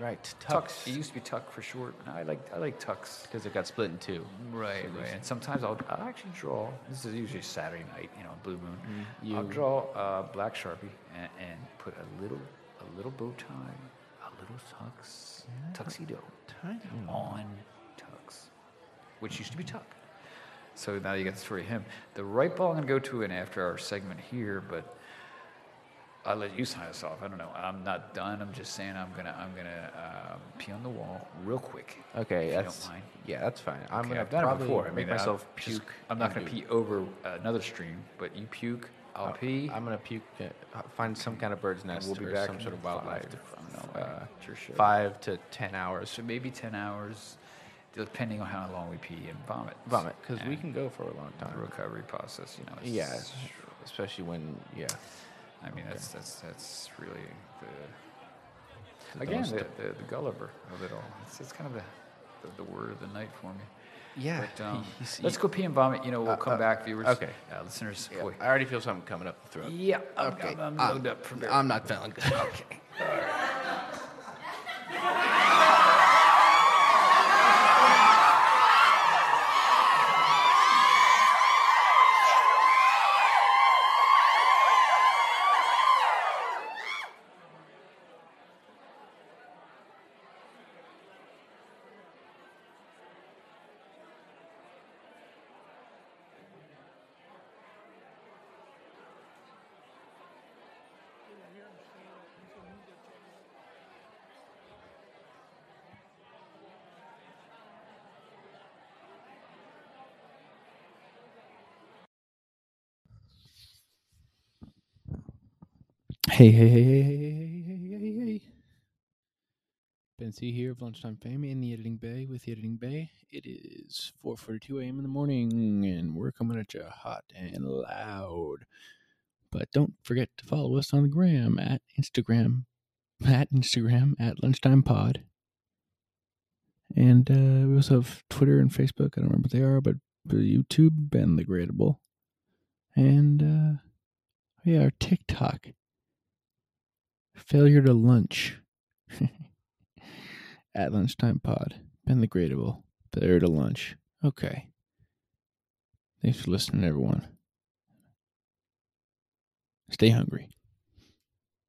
S1: Right.
S2: Tucks. It
S1: Tux.
S2: used to be tuck for short. Now I like I like tucks.
S1: Because it got split in two.
S2: Right, right. And sometimes I'll, I'll actually draw. This is usually Saturday night, you know, blue moon. I'll
S1: Mm-hmm. You-
S2: draw a black sharpie and, and put a little, a little bow tie, a little tux, tuxedo on tux, which used to be tuck. So now you got the story of him. The right ball I'm going to go to in after our segment here, but I'll let you sign us off. I don't know. I'm not done. I'm just saying I'm gonna I'm gonna um, pee on the wall real quick.
S1: Okay.
S2: if you
S1: that's
S2: don't mind.
S1: yeah. That's fine. I'm
S2: Okay,
S1: gonna
S2: I've done
S1: probably
S2: it before. I
S1: make
S2: mean, I'll
S1: myself
S2: just-
S1: puke.
S2: I'm not
S1: and
S2: going to
S1: do- Uh,
S2: pee over uh, another stream, but you puke, I'll pee.
S1: I'm gonna puke. uh, Find some kind of bird's nest
S2: we'll be
S1: or
S2: back
S1: some
S2: in
S1: sort of
S2: five,
S1: wildlife.
S2: I don't know,
S1: uh,
S2: it's your show.
S1: five to ten hours.
S2: so maybe 10 hours, depending on how long we pee and vomit.
S1: Vomit, because we
S2: And
S1: can go for a long
S2: the
S1: time.
S2: recovery process, you know. it's-
S1: Yeah. Especially when yeah.
S2: I mean, that's that's that's really the
S1: The
S2: again
S1: most-
S2: the, the, the Gulliver of it all. It's, it's kind of the, the the word of the night for me.
S1: Yeah,
S2: But, um,
S1: you see-
S2: let's go pee and vomit. You know, we'll come
S1: uh,
S2: back, viewers.
S1: okay.
S2: Uh, listeners.
S1: Yeah,
S2: boy.
S1: I already feel something coming up the throat.
S2: Yeah. I'm, I'm, I'm
S1: uh,
S2: loaded up from there.
S1: I'm not feeling good.
S2: Okay.
S5: Hey, hey, hey, hey, hey, hey, hey, hey, hey, hey, hey. Ben C here of Lunchtime Fame in the Editing Bay with the Editing Bay. It is 4.42 a.m. in the morning, and we're coming at you hot and loud. But don't forget to follow us on the gram at Instagram, at Instagram, at Lunchtime Pod. And uh, we also have Twitter and Facebook. I don't remember what they are, but YouTube, Ben the Gradable. And uh, yeah, our TikTok failure to lunch at lunchtime pod been the gradable failure to lunch okay thanks for listening everyone Stay hungry.